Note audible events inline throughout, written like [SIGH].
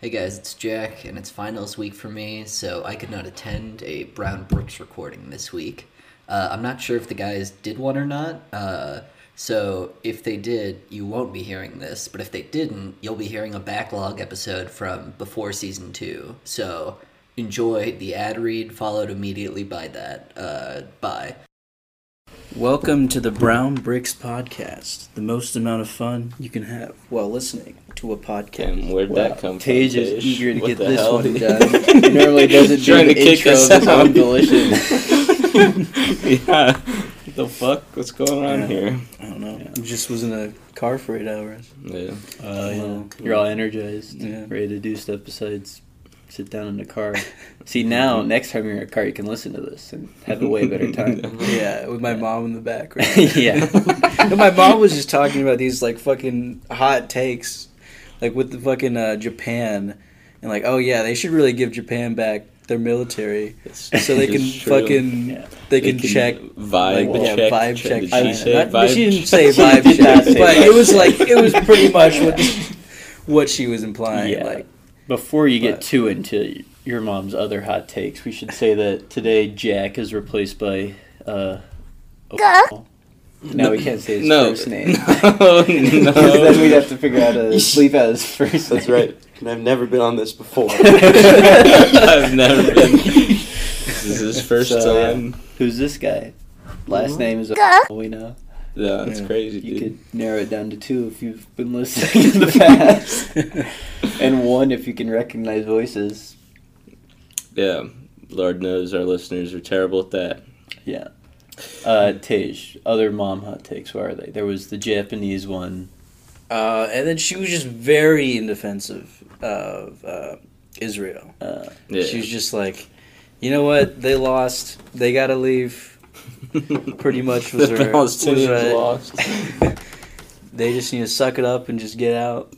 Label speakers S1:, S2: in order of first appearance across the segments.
S1: Hey guys, it's Jack, and it's finals week for me, so I could not attend a Brown Brooks recording this week. Uh, I'm not sure if the guys did one or not, uh, so if they did, you won't be hearing this, but if they didn't, you'll be hearing a backlog episode from before season two. So enjoy the ad read, followed immediately by that. Uh, bye.
S2: Welcome to the Brown Bricks Podcast, the most amount of fun you can have while listening to a podcast.
S3: Damn, where'd that come from?
S2: Tage is
S3: Tej?
S2: eager to
S3: What
S2: get
S3: the
S2: this
S3: hell? [LAUGHS]
S2: one done. [LAUGHS] He normally doesn't do an
S3: Trying to kick
S2: intro
S3: us
S2: of his
S3: out.
S2: own volition.
S3: [LAUGHS] yeah.
S2: [LAUGHS]
S3: What the fuck? What's going on
S2: Yeah.
S3: here?
S2: I don't know. I just was in a car for eight hours.
S3: Yeah.
S4: Oh, yeah.
S2: Well,
S4: You're all energized,
S2: Yeah.
S4: ready to do stuff besides sit down in the car. See, now, next time you're in a car, you can listen to this and have a way better
S2: [LAUGHS]
S4: time.
S2: Yeah, with my mom in the
S3: [LAUGHS]
S2: back.
S4: [LAUGHS] yeah.
S2: And my mom was just talking about these like fucking hot takes, like with the fucking uh, Japan, and like, oh yeah, they should really give Japan back their military [LAUGHS] so they can fucking
S4: Yeah.
S2: they, can, check.
S3: vibe
S2: like, yeah,
S3: check.
S2: vibe
S3: check.
S2: check
S3: Did
S2: China.
S3: she say
S2: Not- but
S3: vibe
S2: she didn't
S3: check?
S2: say vibe
S3: [LAUGHS] She did
S2: check,
S3: not say
S2: but
S3: vibe
S2: it was
S3: check.
S2: like it was pretty much
S3: [LAUGHS]
S2: what what she was implying.
S4: Yeah.
S2: Like,
S4: Before you get
S2: But-
S4: too into your mom's other hot takes, we should say that today Jack is replaced by. Uh, O'Connell. Now we can't say his
S3: No. [LAUGHS]
S4: first name.
S2: [LAUGHS]
S3: No,
S4: [LAUGHS]
S3: no.
S4: Because then we'd have to figure out a leave out his first
S5: That's
S4: name.
S5: right. And I've never been on this
S4: [LAUGHS]
S5: before.
S3: [LAUGHS] I've never been. This is his first
S4: So, yeah.
S3: time.
S4: Who's this guy? Last name is we know.
S3: Yeah, that's
S2: Yeah.
S3: crazy,
S4: You
S3: dude.
S4: could narrow it down to two if you've been listening in the
S2: [LAUGHS]
S4: past, and one if you can recognize voices.
S3: Yeah. Lord knows our listeners are terrible at that.
S4: Yeah. Uh, Tej, other mom hot takes. Where are they? There was the Japanese one.
S2: uh, and then she was just very in defense of of uh, Israel.
S4: Uh,
S3: Yeah.
S2: She was
S3: [LAUGHS]
S2: just like, you know what? They lost. They gotta leave. pretty much was
S3: the
S2: her-
S3: Palestinians
S2: was her- [LAUGHS]
S3: lost.
S2: they just need to suck it up and just get out.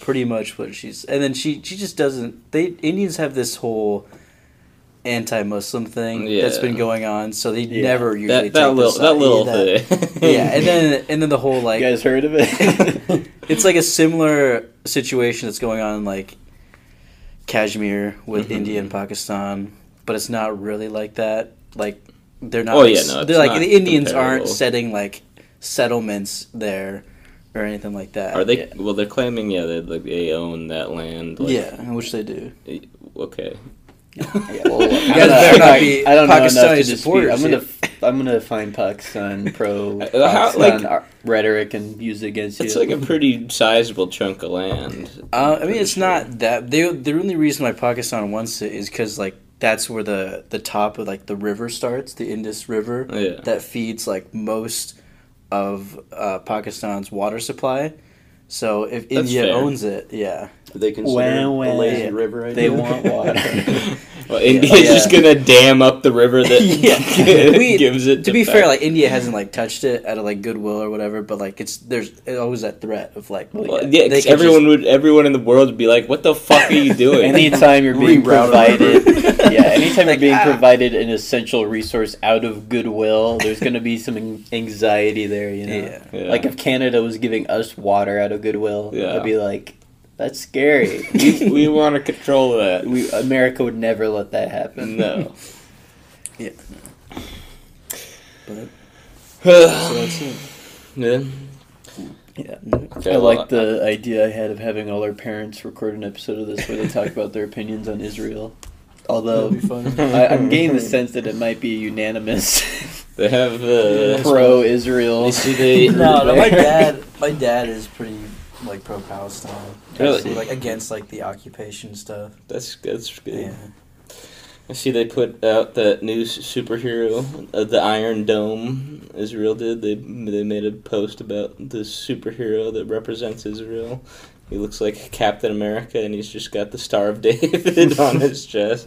S2: Pretty much what she's, and then she she just doesn't. They Indians have this whole anti-Muslim thing that's
S3: Yeah.
S2: been going on, so they
S4: Yeah.
S2: never usually
S3: That, that
S2: take
S3: little
S2: the
S3: that
S2: side.
S3: little
S2: Yeah, that- [LAUGHS]
S3: thing.
S2: Yeah, and then and then the whole like
S4: you guys heard of it?
S2: it's like a similar situation that's going on in like Kashmir with
S3: Mhm.
S2: India and Pakistan, but it's not really like that. Like they're not.
S3: Oh,
S2: like,
S3: yeah,
S2: s-
S3: no, it's
S2: they're like
S3: not
S2: the Indians aren't
S3: comparable.
S2: setting like settlements there or anything like that.
S3: Are they?
S2: Yeah.
S3: Well, they're claiming yeah, they like they own that land. Like,
S2: yeah, which they do.
S3: Okay. [LAUGHS]
S4: yeah, well,
S2: You
S4: I'm
S2: guys
S4: not-
S2: better not be
S4: I don't know enough
S2: Pakistani
S4: to dispute.
S2: supporters
S4: I'm gonna
S2: here.
S4: I'm gonna find Pakistan pro
S3: Uh, how-
S4: Pakistan
S3: like-
S4: ar- rhetoric and use it against
S3: It's
S4: you.
S3: like a pretty sizable chunk of land.
S2: Uh, I
S3: I'm
S2: mean,
S3: pretty
S2: it's
S3: sure.
S2: not that. They, the only reason why Pakistan wants it is because like that's where the the top of like the river starts, the Indus River.
S3: Yeah.
S2: that feeds like most of uh, Pakistan's water supply. So if India
S3: fair.
S2: owns it, yeah,
S5: Do they consider
S4: Wow, wow.
S5: a lazy
S2: Yeah.
S5: river idea?
S4: they want water.
S3: [LAUGHS] well, India's
S2: Yeah.
S3: just gonna dam up the
S2: [LAUGHS]
S3: river that [LAUGHS]
S2: We-
S3: gives it. To,
S2: To be fair,
S3: Pakistan.
S2: like India hasn't like touched it out of like goodwill or whatever, but like it's there's always that threat of like well,
S3: Well,
S2: they
S3: yeah, 'cause
S2: could
S3: everyone would, everyone in the world would be like, "What the fuck are [LAUGHS] you doing?"
S4: anytime you're being
S5: Rerouted.
S4: provided
S3: [LAUGHS]
S4: yeah anytime
S2: Like,
S4: you're being
S2: ah.
S4: provided an essential resource out of goodwill there's going to be some an- anxiety there you know
S2: Yeah.
S3: Yeah. [LAUGHS]
S4: like if canada was giving us water out of goodwill
S3: Yeah.
S4: i'd be like that's scary
S3: [LAUGHS] we, we want to control that.
S4: we, america would never let that happen
S3: No.
S2: Yeah.
S3: [SIGHS] yeah.
S2: that's
S3: [LAUGHS]
S2: it.
S4: yeah
S3: Okay,
S4: I
S3: well,
S4: like the idea I had of having all our parents record an episode of this where they talk about their opinions on Israel. Although
S3: [LAUGHS]
S2: That'd be fun.
S4: I, I'm getting the sense that it might be unanimous [LAUGHS]
S3: They have uh,
S4: pro Israel.
S3: see [LAUGHS]
S2: [LAUGHS]
S3: they-
S2: no, no, my
S3: [LAUGHS]
S2: dad, my dad is pretty like pro Palestine,
S3: Really?
S2: like against like the occupation stuff.
S3: That's that's good.
S2: Yeah,
S3: I see they put out that new s- superhero, uh, the Iron Dome. Israel did. They they made a post about the superhero that represents Israel. He looks like Captain America, and he's just got the Star of [LAUGHS] David on his [LAUGHS] chest.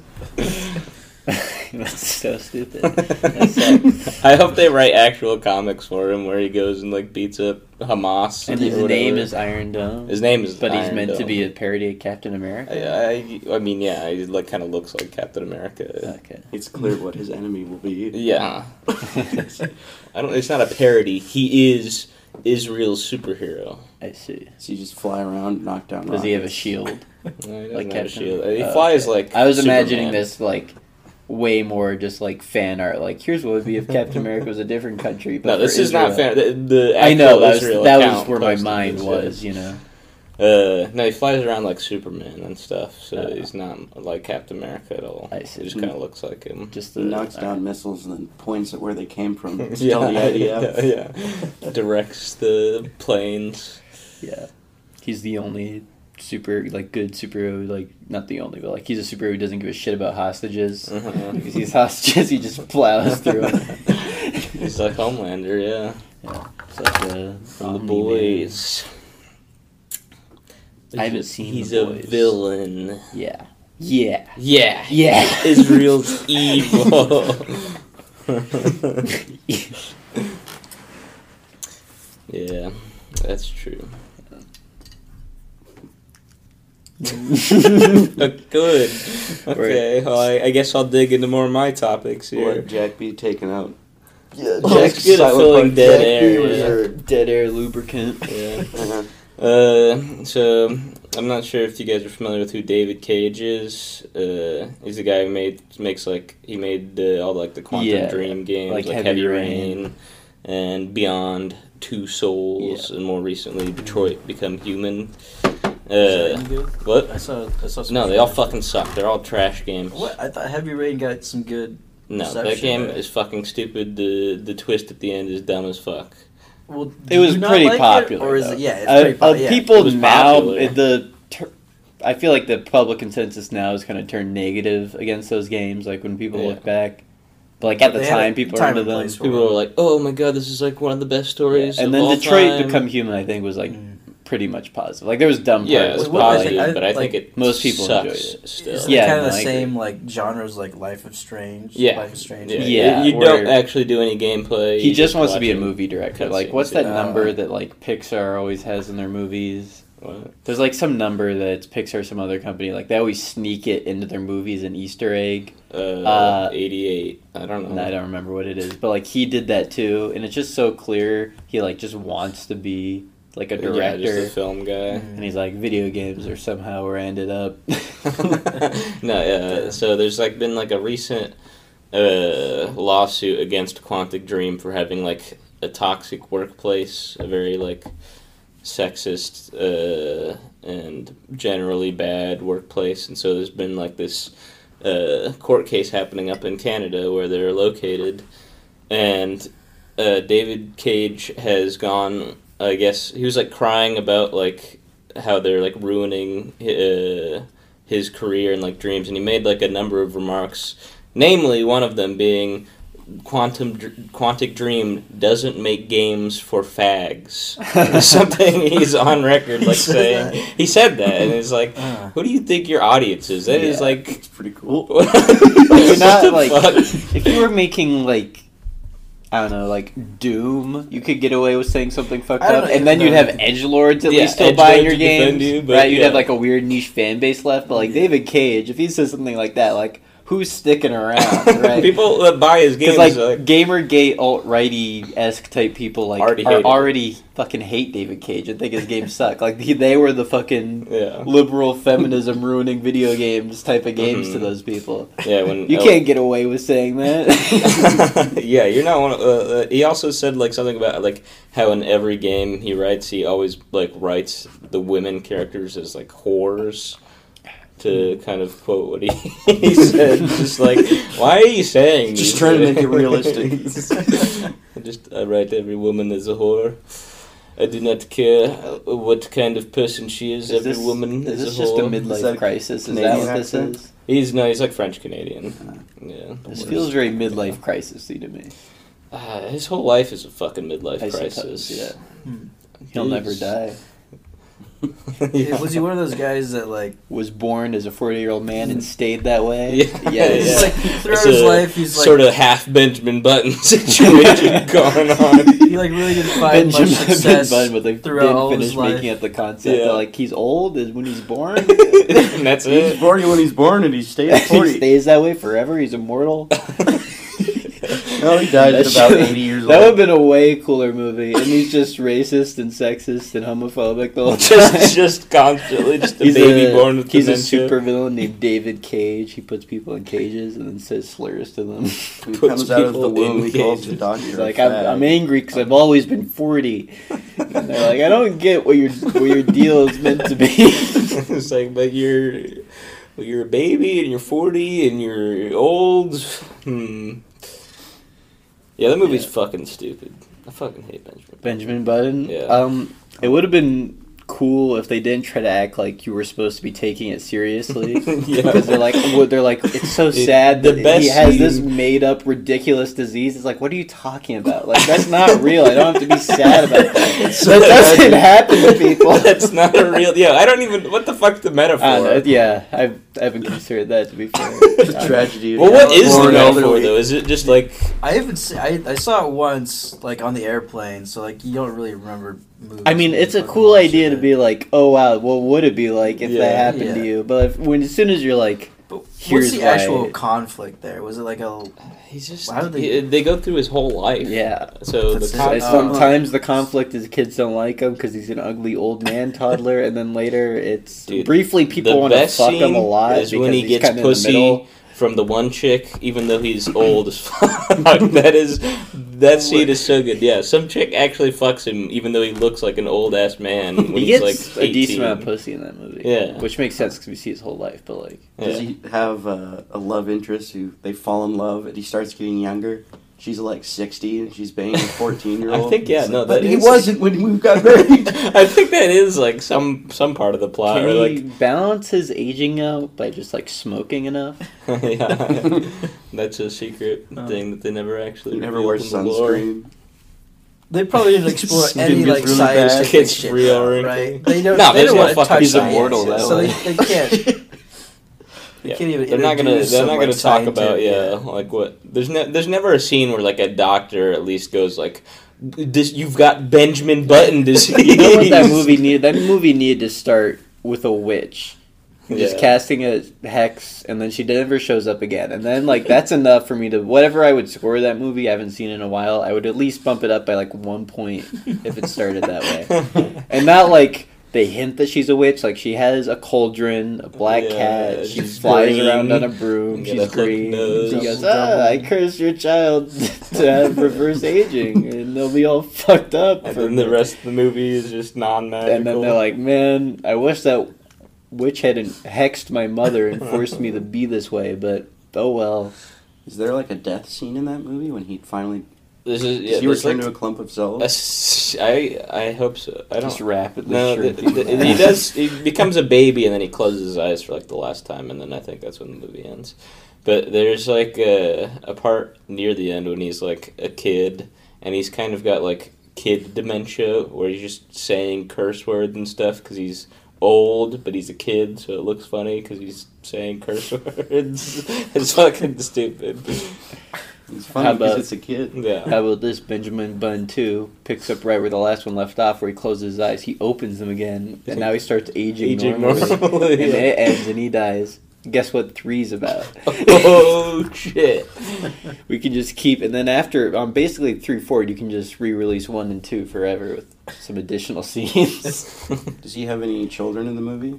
S4: That's so stupid. That's sad.
S3: I hope they write actual comics for him, where he goes and like beats up Hamas.
S4: [LAUGHS] And
S3: or
S4: his name
S3: whatever.
S4: is Iron Dome.
S3: his name is.
S4: but he's
S3: Iron
S4: meant to
S3: Dome.
S4: be a parody of Captain America.
S3: I, I, I mean, yeah, he like kind of looks like Captain America.
S4: Okay.
S5: It's clear what his enemy will be.
S3: Yeah. [LAUGHS] I don't. It's not a parody. He is Israel's superhero.
S4: I see.
S5: So you just fly around, knock down
S4: Does he have a
S5: rockets.
S4: shield?
S3: No, he doesn't
S4: Like
S3: have a
S4: Captain
S3: shield.
S4: America.
S3: He
S4: Oh,
S3: flies
S4: okay.
S3: like
S4: I was imagining
S3: Superman.
S4: this like way more just like fan art. Like here's what would be if Captain America was a different country. But
S3: No, this
S4: for
S3: is
S4: Israel.
S3: not fan. The, the
S4: I know
S3: actual
S4: that was,
S3: Israel
S4: that was
S3: account
S4: where my
S3: posted
S4: mind
S3: this,
S4: was. You know,
S3: Uh, no, he flies around like Superman and stuff, so
S4: Uh.
S3: he's not like Captain America at all.
S4: I see.
S3: He just kind of looks like him.
S4: [LAUGHS] just the
S5: Knocks
S4: all right.
S5: down missiles and then points at where they came
S3: [LAUGHS]
S5: from. to tell the IDF.
S3: yeah, yeah. Directs the planes.
S4: Yeah, he's the only super like good superhero. Like not the only, but like he's a superhero who doesn't give a shit about hostages.
S3: Uh-huh.
S4: Because he's hostages, he just plows through. 'em.
S3: [LAUGHS] He's like Homelander, yeah.
S4: Such a
S3: From the
S4: Omni-Man.
S3: boys.
S4: I haven't seen
S3: He's
S4: The
S3: a
S4: Boys.
S3: villain.
S4: Yeah, yeah,
S3: Yeah.
S4: [LAUGHS] yeah. [LAUGHS]
S3: Israel's evil. [LAUGHS] yeah, that's true. [LAUGHS] Good. Okay, well, I, I guess I'll dig into more of my topics
S5: Let
S3: here.
S5: Jack be taken out.
S1: Yeah,
S4: Oh,
S3: Jack's good at filling dead air. yeah.
S4: Dead air lubricant.
S3: Yeah.
S5: Uh-huh.
S3: Uh, so I'm not sure if you guys are familiar with who David Cage is. Uh, he's the guy who made makes like he made the, all like the Quantum
S4: Yeah,
S3: Dream games, like,
S4: like
S3: Heavy,
S4: Heavy
S3: Rain, and Beyond Two Souls, and more recently Detroit Become Human. Uh, what?
S6: I saw. I saw. some
S3: No, they all
S6: trash.
S3: fucking suck. They're all trash games.
S6: What? I thought Heavy Rain got some good.
S3: No, that
S6: Perception,
S3: game
S6: right?
S3: is fucking stupid. The the twist at the end is dumb as fuck.
S6: Well, do
S4: It was
S6: you not
S4: pretty
S6: like
S4: popular.
S6: It, or is
S4: though.
S6: it? Yeah, it's
S4: Uh,
S6: pretty
S4: uh,
S6: popular. Yeah.
S4: People
S3: It was
S4: now
S3: popular.
S6: Mm.
S4: the. Ter- I feel like the public consensus now is kind of turned negative against those games. Like when people
S3: Yeah.
S4: look back, but like at
S6: But
S4: the
S6: they had a
S4: time, people
S6: time and
S4: remember them.
S6: place for
S3: People were like, "Oh my god, this is like one of the best stories."
S4: and
S3: of
S4: then
S3: all
S4: Detroit
S3: time.
S4: Become Human, I think, was like
S6: Mm.
S4: pretty much positive. Like there was dumb parts,
S3: Yeah, it's
S6: was
S4: but,
S6: what was
S4: like,
S6: it? I-
S3: positive, but I
S6: like,
S3: think it
S4: most people
S3: sucks
S4: enjoyed
S3: Still.
S6: It's
S4: Yeah,
S6: kind of
S4: no,
S6: the
S4: I
S6: same like genres like Life of Strange.
S3: Yeah.
S6: Life is Strange.
S3: Yeah,
S4: Yeah,
S3: you
S4: where-
S3: don't actually do any gameplay.
S4: he
S3: you
S4: just wants to be a
S3: watch
S4: movie director. Like
S3: cutscenes,
S4: what's that
S6: yeah.
S4: number that like Pixar always has in their movies?
S3: it. What?
S4: There's like some number that's Pixar, or some other company. Like they always sneak it into their movies an Easter egg.
S3: Uh,
S4: Uh,
S3: 88. I don't know.
S4: and I don't remember what it is, but like he did that too, and it's just so clear he like just wants to be like a
S3: Yeah,
S4: director,
S3: just a film
S6: Mm.
S3: guy.
S4: and he's like video games are somehow where I
S3: [LAUGHS]
S4: ended up. [LAUGHS]
S3: no, yeah. So there's like been like a recent uh, lawsuit against Quantic Dream for having like a toxic workplace, a very like sexist uh, and generally bad workplace, and so there's been like this uh, court case happening up in Canada where they're located, and uh, David Cage has gone. I guess he was like crying about like how they're like ruining uh, his career and like dreams, and he made like a number of remarks, namely one of them being, "Quantum Dr- Quantic Dream doesn't make games for
S4: [LAUGHS]
S3: fags." Something he's on record like
S6: said
S3: saying.
S6: that.
S3: He said that, and it's like,
S6: Uh.
S3: who do you think your audience is? That is
S4: Yeah.
S3: like.
S5: It's
S3: [LAUGHS]
S5: pretty cool. [LAUGHS]
S3: What
S4: [LAUGHS] You're not,
S3: the
S4: like-
S3: fuck?
S4: if you were making like I don't know, like Doom, you could get away with saying something fucked
S6: I don't
S4: up,
S6: even
S4: and then you'd
S6: know.
S4: have edge lords at
S3: Yeah,
S4: least still
S3: edgelords
S4: buying your
S3: would defend
S4: games,
S3: you, but
S4: right? You'd
S3: yeah.
S4: have like a weird niche fan base left, but like David Cage, if he says something like that, like who's sticking
S3: [LAUGHS]
S4: around, Ah, right?
S3: People that buy his games
S4: Because
S3: like,
S4: like, GamerGate alt righty esque type people like
S3: Already hate
S4: are
S3: him.
S4: already fucking hate David Cage and think his games suck. Like [LAUGHS] he, they were the fucking
S3: yeah,
S4: liberal feminism ruining video games type of games to
S3: Mhm.
S4: those
S3: [LAUGHS]
S4: people.
S3: yeah. When
S4: You
S3: oh,
S4: can't get away with saying
S3: [LAUGHS]
S4: that.
S3: yeah, you're not one. Of, uh, uh, he also said like something about like how in every game he writes, he always like writes the women characters as like whores. To kind of quote what he, [LAUGHS] he said, just like, why are you saying?
S5: Just
S3: these
S5: trying to make it
S3: things?"
S5: realistic.
S3: [LAUGHS] just I write every woman as a whore. I do not care what kind of person she is.
S4: is
S3: every
S4: this,
S3: woman
S4: is
S3: is,
S4: this
S3: a
S4: just a
S3: whore.
S5: Is that
S4: midlife
S5: a
S4: crisis? Is that
S5: Canadian
S4: what this
S5: accent?
S4: is?
S3: he's no, he's like French Canadian. Yeah,
S4: This feels very midlife crisisy to me.
S3: Uh, his whole life is a fucking midlife
S4: I
S3: crisis.
S4: suppose, yeah.
S6: Hmm.
S4: He'll never
S3: Jeez.
S4: die.
S3: [LAUGHS] yeah.
S6: Was he one of those guys that like?
S4: Was born as a forty-year-old man and stayed that way.
S3: [LAUGHS] Yeah.
S6: [LAUGHS] He's
S3: Yeah.
S4: Yes.
S6: like throughout
S3: It's
S6: his
S3: a
S6: life, he's like
S3: sort of half Benjamin Button [LAUGHS]
S4: [LAUGHS]
S3: situation going on.
S6: he like really didn't find
S4: Benjamin
S6: much success.
S4: Button, but they
S6: throughout all
S4: didn't
S6: his
S4: finish
S6: life.
S4: making it the concept.
S3: Yeah.
S4: They're like, he's old is when he's
S3: [LAUGHS]
S4: born.
S3: and that's [LAUGHS]
S5: He's
S3: it.
S5: forty when he's born, and he stays
S4: [LAUGHS] he
S5: forty.
S4: stays that way forever. He's immortal. No,
S5: he died
S4: That
S5: at about
S4: should-
S3: [LAUGHS]
S5: 80 years
S4: That would have
S5: old.
S4: been a way cooler movie. And he's just racist and sexist and homophobic the whole
S3: [LAUGHS]
S4: time.
S3: just just constantly just a baby born with
S4: he's
S3: dementia.
S4: a supervillain named David Cage. He puts people in cages and then says slurs to
S5: [LAUGHS]
S4: them.
S5: When he
S3: puts
S5: comes out of the
S3: people
S5: womb, he
S3: in
S5: calls the
S3: cages.
S5: doctor.
S4: He's
S5: a
S4: like, I'm,
S5: fag."
S4: I'm angry because I've always been 40.
S5: [LAUGHS]
S4: And they're like, I don't get what your what your deal is meant to be.
S3: [LAUGHS] it's like, but you're but you're a baby and you're 40 and you're old. Hmm. Yeah, that movie's fucking stupid. I fucking hate Benjamin.
S4: Benjamin Button.
S3: Yeah.
S4: Um, it would have been cool if they didn't try to act like you were supposed to be taking it seriously.
S3: [LAUGHS] Yeah.
S4: Because they're like, well, they're like, it's so
S3: Dude,
S4: sad
S3: the
S4: that
S3: best
S4: he has this
S3: scene-
S4: made up ridiculous disease. It's like, what are you talking about? Like
S3: [LAUGHS]
S4: that's not real. I don't have to be sad about that.
S3: It's [LAUGHS]
S4: that
S3: so
S4: doesn't
S3: bad.
S4: happen to
S3: [LAUGHS]
S4: people.
S3: That's not a real. Yeah, I don't even. What the fuck's the metaphor?
S4: [LAUGHS] I don't know, yeah, I've, I haven't considered that to
S3: [LAUGHS]
S4: be fair. Um,
S5: The tragedy. of
S3: well, what is
S5: Laurel
S3: the
S5: and
S3: metaphor
S5: Elderly.
S3: though? Is it just like
S6: [LAUGHS] I haven't seen. I, I saw it once, like on the airplane. So like you don't really remember. Movies
S4: I mean,
S6: when you
S4: it's a
S6: fucking
S4: cool
S6: watch
S4: idea
S6: it.
S4: to be like, oh wow, what would it be like if
S3: Yeah.
S4: that happened to
S6: Yeah.
S4: you? But if, when as soon as you're like,
S6: But
S4: Here's
S6: what's the
S4: why-
S6: actual conflict there? Was it like a?
S4: [LAUGHS]
S3: he's just?
S6: Why would they-
S3: they, they go through his whole life.
S4: yeah,
S3: So
S6: That's
S3: the
S6: it.
S3: con-
S4: So
S6: Uh,
S4: sometimes the conflict is kids don't like him because he's an ugly old
S3: [LAUGHS]
S4: man toddler, and then later it's
S3: Dude,
S4: briefly people want to fuck him a lot
S3: is when he gets
S4: In the
S3: pussy
S4: middle.
S3: from the one chick, even though he's old as [LAUGHS] fuck. that is that scene is so good. Yeah, some chick actually fucks him, even though he looks like an old ass
S4: [LAUGHS]
S3: man when
S4: He
S3: he's
S4: gets
S3: like 18.
S4: a decent amount of pussy in that movie.
S3: Yeah.
S4: which makes sense because we see his whole life. But like,
S5: Does
S3: Yeah.
S5: he have a, a love interest who they fall in love and he starts getting younger? She's like 60 and she's banging a 14 year old.
S3: I think yeah, no, that
S5: But he
S3: is-
S5: wasn't when we got
S3: [LAUGHS]
S5: married.
S3: I think that is like some some part of the plot,
S4: can
S3: or
S4: he
S3: like
S4: balance his aging out by just like
S3: [LAUGHS]
S4: smoking enough? [LAUGHS]
S3: yeah, that's a secret
S4: Uh,
S3: thing that they never actually
S5: He never
S3: revealed
S5: wears
S3: in the lore.
S5: sunscreen.
S6: [LAUGHS] They probably didn't explore
S3: Skin
S6: any
S3: gets
S6: like
S3: really bad.
S6: scientific
S3: Gets
S6: shit,
S3: real
S6: though,
S3: wrinkly.
S6: right?
S5: [LAUGHS]
S6: They don't.
S3: No,
S6: they
S3: there's
S6: don't
S3: no
S6: want to
S3: fucking-
S6: touch
S3: he's
S6: science,
S3: immortal that
S6: so
S3: way.
S6: they, they
S4: [LAUGHS]
S6: can't. They
S3: Yeah.
S6: can't even.
S3: they're not gonna.
S6: introduce
S3: They're
S6: some,
S3: not
S6: like,
S3: gonna talk about
S6: scientific-
S3: yeah, like what. There's ne- There's never a scene where like a doctor at least goes like, "This you've got Benjamin Button disease."
S4: [LAUGHS] You know what that
S3: [LAUGHS]
S4: movie needed? That movie needed to start with a witch. And Just
S3: Yeah.
S4: casting a hex, and then she never shows up again. And then, like, that's enough for me to whatever I would score that movie. I haven't seen in a while. I would at least bump it up by like one point if it started that
S3: [LAUGHS]
S4: way, and not like they hint that she's a witch. Like she has a cauldron, a black
S3: Yeah,
S4: cat. She
S3: she's
S4: flies
S3: green.
S4: around on a
S3: You
S4: broom.
S3: got a
S4: She's
S3: hook
S4: green.
S3: nose.
S4: She goes,
S6: Double, double.
S4: "Ah, I curse your child [LAUGHS] to have reverse aging, and they'll be all fucked up."
S3: and
S4: for
S3: then the rest of the movie is just non-magical.
S4: and then they're like, "Man, I wish that witch hadn't hexed my mother and forced me to
S3: [LAUGHS]
S4: be this way." But oh well.
S5: Is there like a death scene in that movie when he finally
S3: this is,
S5: yeah,
S3: yeah,
S5: he
S3: there's
S5: returned
S3: like,
S5: to a clump of cells?
S3: a s- I I hope so. I
S4: Just
S3: don't.
S4: rapidly.
S3: No,
S4: shrimping
S3: th- th-
S4: back.
S3: he does. He
S4: [LAUGHS]
S3: becomes a baby, and then he closes his eyes for like the last time, and then I think that's when the movie ends. But there's like a, a part near the end when he's like a kid, and he's kind of got like kid dementia, where he's just saying curse words and stuff because he's old, but he's a kid, so it looks funny because he's saying curse [LAUGHS] words. it's fucking stupid.
S5: It's
S4: How
S5: funny
S4: about-
S5: because it's a kid.
S3: Yeah.
S4: How about this Benjamin Bun too? Picks up right where the last one left off, where he closes his eyes. He opens them again, and now he starts aging,
S3: Aging
S4: normally.
S3: normally,
S4: [LAUGHS] and
S3: yeah. [LAUGHS]
S4: it ends, and he dies. Guess what? Three's about.
S3: [LAUGHS] oh
S2: [LAUGHS]
S3: shit.
S4: we can just keep, and then after, um, basically three, four, you can just re-release one and two forever with some additional [LAUGHS] scenes.
S5: Does he have any children in the [LAUGHS] movie?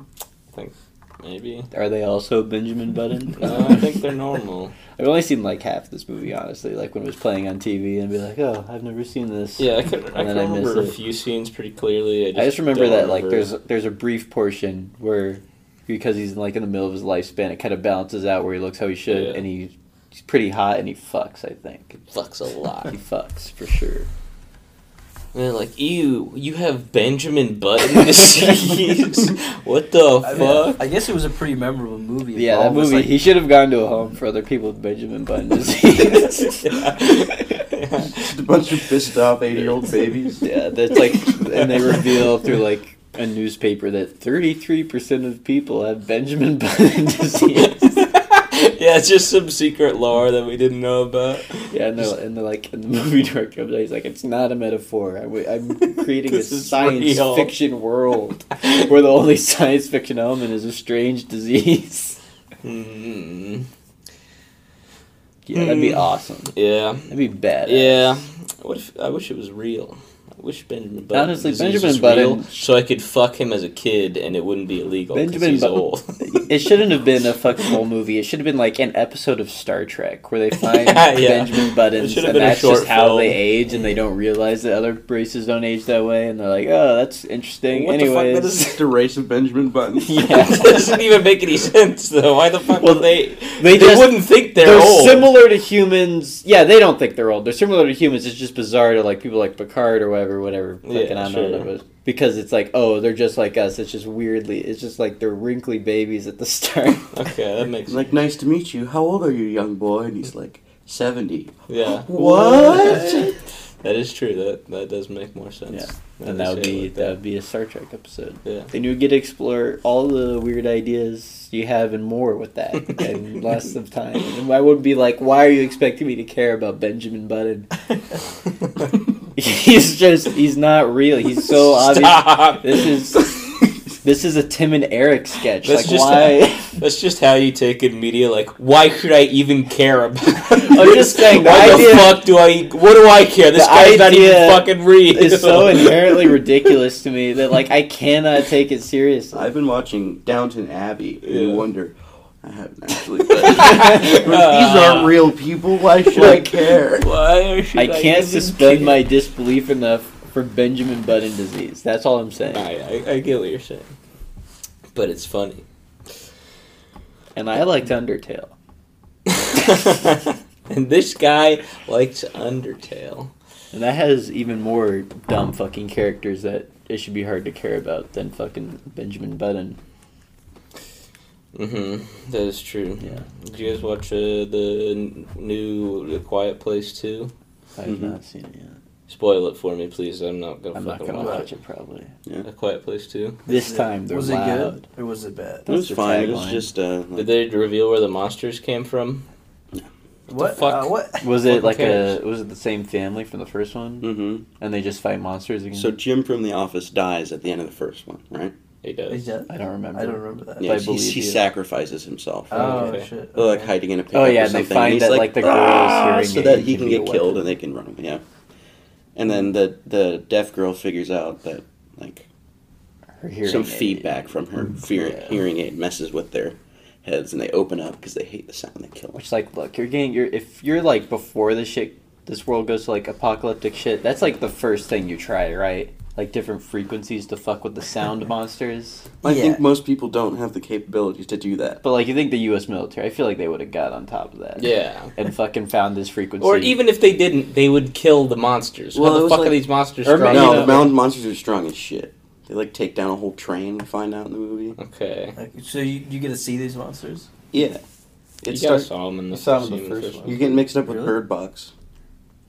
S3: Maybe.
S4: Are they also Benjamin Button?
S3: [LAUGHS]
S4: Uh,
S3: No,
S4: [LAUGHS]
S3: I think they're normal.
S4: I've only seen like half this movie, honestly. Like when it was playing on TV, and I'd be like, "Oh, I've never seen this."
S3: Yeah, I could, I
S4: And
S3: can
S4: then I
S3: remember a
S4: missed it.
S3: few scenes pretty clearly. I just,
S4: I just remember
S3: don't
S4: that like
S3: remember.
S4: there's there's a brief portion where because he's like in the middle of his lifespan, it kind of balances out where he looks how he should,
S3: Yeah.
S4: and he he's pretty hot and he fucks. I think
S3: fucks a lot. [LAUGHS]
S4: he fucks for sure.
S3: They're like, ew, you have Benjamin Button
S4: [LAUGHS]
S3: disease. what the
S6: I, mean,
S3: fuck?
S6: I guess it was a pretty memorable movie.
S4: Yeah,
S6: but
S4: that
S6: all was,
S4: movie.
S6: like,
S4: he should have gone to a home for other people with Benjamin
S3: [LAUGHS]
S4: Button disease.
S5: Just a bunch of pissed off 80 year old babies.
S4: [LAUGHS] yeah, that's like, and they reveal through like a newspaper that 33% of people have Benjamin [LAUGHS] Button disease.
S3: yeah, it's just some secret lore that we didn't know about.
S4: Yeah, and they're, and they're like, and the movie director comes out, he's like, it's not a metaphor. I, am creating a
S3: This is
S4: science
S3: real."
S4: fiction world where the only science fiction
S3: Mm-hmm.
S4: element is a strange disease.
S3: Mm.
S4: [LAUGHS] Yeah, that'd be
S3: Mm.
S4: awesome.
S3: Yeah.
S4: That'd be bad.
S3: Yeah. What if, I wish it was real. I wish Benjamin Button
S4: Honestly,
S3: disease
S4: Benjamin
S3: was
S4: Button-
S3: real so I could fuck him as a kid and it wouldn't be illegal. Benjamin
S4: Benjamin
S3: he's
S4: Button-
S3: old.
S4: [LAUGHS] It
S3: [LAUGHS]
S4: shouldn't have been a fucking whole movie. It should have been like an episode of Star Trek where they
S3: [LAUGHS]
S4: find
S3: Yeah, yeah.
S4: Benjamin
S3: It
S4: Buttons
S3: should have
S4: and
S3: been a
S4: that's
S3: short
S4: just how
S3: film.
S4: they age and they don't realize that other races don't age that way and they're like, oh, that's interesting.
S3: What the fuck? That
S4: Anyways.
S5: That
S4: [LAUGHS]
S5: is just a race of Benjamin [LAUGHS] Button.
S4: yeah.
S3: it doesn't even make any sense though. Why the fuck
S4: Well,
S3: would they?
S4: they
S3: They,
S4: just-
S3: wouldn't think they're,
S4: They're
S3: old.
S4: similar to humans. Yeah, they don't think they're old. They're similar to humans. It's just bizarre to like people like Picard or whatever, whatever. Fucking,
S3: Yeah,
S4: I don't know.
S3: sure.
S4: but- Because it's like, oh, they're just like us. It's just weirdly, it's just like they're wrinkly babies at the start.
S3: Okay, that makes
S5: He's like, nice to meet you. How old are you, young boy? And he's like, 70.
S3: yeah.
S4: [LAUGHS]
S5: What?
S3: That is true. That that does make more sense.
S4: Yeah.
S3: Now
S4: and
S3: they
S4: that would
S3: say it
S4: be
S3: like
S4: that would be a Star Trek episode.
S3: Yeah.
S4: Then you would get to explore all the weird ideas you have and more
S3: [LAUGHS]
S4: with that, and lots of time. And I would be like, why are you expecting me to care about Benjamin Button? [LAUGHS]
S3: [LAUGHS]
S4: he's just he's not real. He's so obvious.
S3: Stop.
S4: This is this is a Tim and Eric sketch.
S3: That's
S4: like
S3: just- [LAUGHS]
S4: why?
S3: That's just how you take in media. Like, why should I even care about?
S4: [LAUGHS] I'm just saying, the
S3: Why
S4: idea-
S3: the fuck do I? What do I care? This
S4: The
S3: guy's not even
S4: idea
S3: fucking real. [LAUGHS]
S4: it's so inherently ridiculous to me that like I cannot take it seriously.
S5: I've been watching Downton Abbey and you
S3: Yeah.
S5: wonder, I haven't [LAUGHS] actually. These aren't real people. Why should I
S4: Like-
S5: care?
S3: Why should
S4: I can't
S3: even
S4: suspend
S3: care?
S4: my disbelief enough for Benjamin Button disease. That's all I'm saying.
S3: I, I I get what you're saying, but it's funny.
S4: And I liked Undertale.
S3: [LAUGHS] and this guy likes Undertale.
S4: And that has even more dumb fucking characters that it should be hard to care about than fucking Benjamin Button.
S3: Mm-hmm. That is true.
S4: Yeah.
S3: Did you guys watch uh, the n- new The Quiet Place 2?
S4: I've
S6: Mm-hmm.
S5: Mhm.
S4: not seen it yet.
S3: Spoil it for me, please. I'm not gonna
S4: I'm not
S3: fucking
S4: gonna
S3: watch
S4: watch it probably.
S3: it. A Quiet Place 2.
S4: This
S6: Was it-
S4: time they're
S6: was it
S4: loud.
S6: good or was it bad?
S5: It was
S4: That's the
S5: fine. It was
S4: tagline.
S5: just uh,
S3: Did
S5: like,
S3: they reveal where the monsters came from?
S6: What?
S3: fuck?
S6: Uh, what? [LAUGHS]
S4: Was
S3: Who
S4: it like
S3: cares?
S4: a was it the same family from the first
S6: Mm.
S4: one?
S5: hmm
S4: And they just fight monsters again?
S5: So Jim from The Office dies at the end of the first one, right?
S3: He does.
S6: Yeah,
S4: I don't remember.
S6: I don't remember that.
S4: Yeah.
S5: Yeah,
S4: I
S5: he,
S4: believe
S5: he
S4: you.
S5: sacrifices himself.
S6: Oh
S3: Okay.
S6: shit.
S5: They're like
S6: okay.
S5: hiding in a pickup.
S4: Oh, yeah,
S5: or
S4: and they
S5: something,
S4: find
S5: he's
S4: that, like, the girl is
S5: "Ah,"
S4: hearing
S5: so
S4: it
S5: that
S4: and
S5: he
S4: can
S5: can
S4: be Mm-hmm. a
S5: get killed
S4: weapon.
S5: and they can run away. Yeah, and then the the deaf girl figures out that like
S4: Her hearing
S5: some
S4: aid. Mm-hmm.
S5: feedback from her fear,
S4: Yeah.
S5: hearing aid messes with their heads and they open up because they hate the sound. They kill them.
S4: Which like look, you're getting you're if you're like before this shit this world goes to like apocalyptic shit, that's like the first thing you try, right? Like different frequencies to fuck with
S6: [LAUGHS]
S4: the sound monsters.
S5: I
S6: Yeah.
S5: think most people don't have the capabilities to do that.
S4: But like you think the US military, I feel like they would have got on top of that.
S3: Yeah.
S4: And fucking found this frequency.
S3: Or even if they didn't, they would kill the monsters.
S5: Well,
S3: How
S5: it
S3: the
S5: was
S3: fuck are
S5: like-
S3: these monsters
S4: Or
S3: strong
S4: maybe
S5: no,
S4: Yeah.
S5: the mountain monsters are strong as shit. They like take down a whole train. We find out in the movie.
S3: Okay.
S6: Like, so you, you get to see these monsters?
S5: Yeah,
S3: You
S5: it
S3: guys
S5: starts.
S3: saw him in the,
S4: You saw him in
S3: seen
S4: the first one.
S5: You're getting mixed up with
S6: Really?
S5: Bird Box.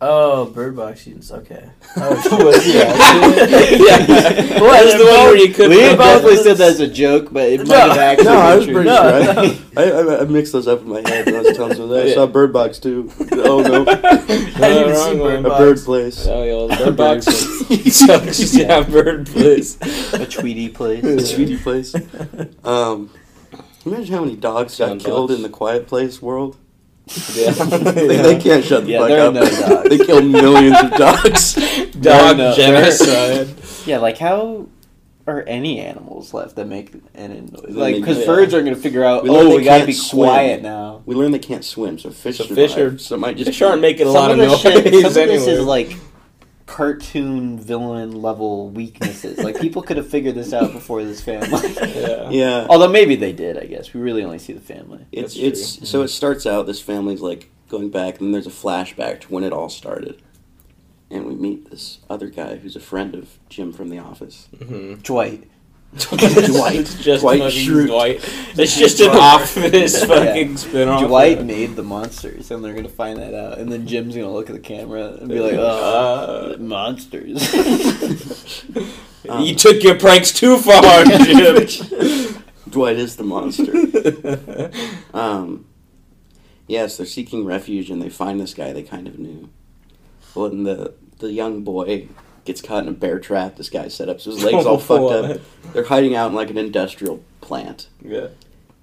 S6: Oh, Bird Box. You, okay. Oh,
S4: was,
S3: [LAUGHS]
S6: [LAUGHS]
S3: yeah.
S4: [LAUGHS] Well,
S3: That was the one where you couldn't-
S4: we
S3: We're both-
S4: definitely said that as a joke, but it might have actually
S5: No, I was
S4: been
S5: pretty
S4: true.
S5: sure.
S3: [LAUGHS]
S5: I, I, I mixed those up in my head when I was telling someone that. I saw Bird Box too.
S6: [LAUGHS]
S3: [LAUGHS]
S5: Oh [LAUGHS] no,
S6: I didn't even
S3: wrong
S6: see
S3: one.
S6: Bird
S5: a
S6: Box.
S5: bird place.
S3: Oh, yeah, well,
S4: Bird
S3: bird box.
S2: [LAUGHS]
S5: place.
S3: Sucks down bird
S6: [LAUGHS]
S3: place.
S4: [LAUGHS] A Tweety
S2: [LAUGHS]
S5: A
S4: place.
S5: Sweetie place. Um, imagine how many dogs got
S3: Sound
S5: killed
S3: dogs.
S5: in the Quiet Place world.
S3: Yeah.
S5: [LAUGHS] They, they can't shut the
S4: Yeah,
S5: fuck
S4: there are
S5: up.
S4: no dogs.
S5: [LAUGHS] they kill millions
S3: [LAUGHS]
S5: of dogs.
S3: Dog
S4: No, no,
S3: genocide.
S4: Yeah, like how are any animals left that make an noise? Like,
S5: make-
S4: because
S5: yeah.
S4: birds aren't going to figure out,
S5: We learned
S4: oh,
S5: they
S4: we got to
S5: can't
S4: be
S5: swim.
S4: quiet now.
S5: We learned they can't swim, so fish
S3: So
S5: survive.
S3: fish are-
S5: so it might just
S3: Fish aren't making a
S4: Some
S3: lot of
S4: of this
S3: noise
S4: shit, some of
S3: anyway.
S4: this is like cartoon villain level weaknesses. like, people could have figured this out before this family.
S2: [LAUGHS]
S3: yeah.
S5: Yeah,
S4: Although maybe they did, I guess. We really only see the family.
S3: That's
S5: it's
S3: true.
S5: it's so it starts out this family's like going back, and then there's a flashback to when it all started, and we meet this other guy who's a friend of Jim from the
S3: [LAUGHS]
S5: office.
S3: Mhm.
S4: Dwight.
S5: Dwight.
S3: it's just
S5: Dwight
S3: fucking
S5: Schrute.
S3: Dwight. It's just an office fucking spin-off.
S4: Dwight made the monsters, and they're gonna find that out. And then Jim's gonna look at the camera and be like, "Oh,
S3: Uh, [LAUGHS]
S4: monsters!"
S6: [LAUGHS]
S3: you took your pranks too far, Jim.
S5: Dwight is
S3: [LAUGHS]
S5: the monster. Um, yes, they're seeking refuge and they find this guy they kind of knew. Well, and the the young boy gets caught in a bear trap this guy set up, so
S3: [LAUGHS]
S5: his
S3: Oh,
S5: legs all fucked up. They're hiding out in like an industrial plant,
S3: Yeah.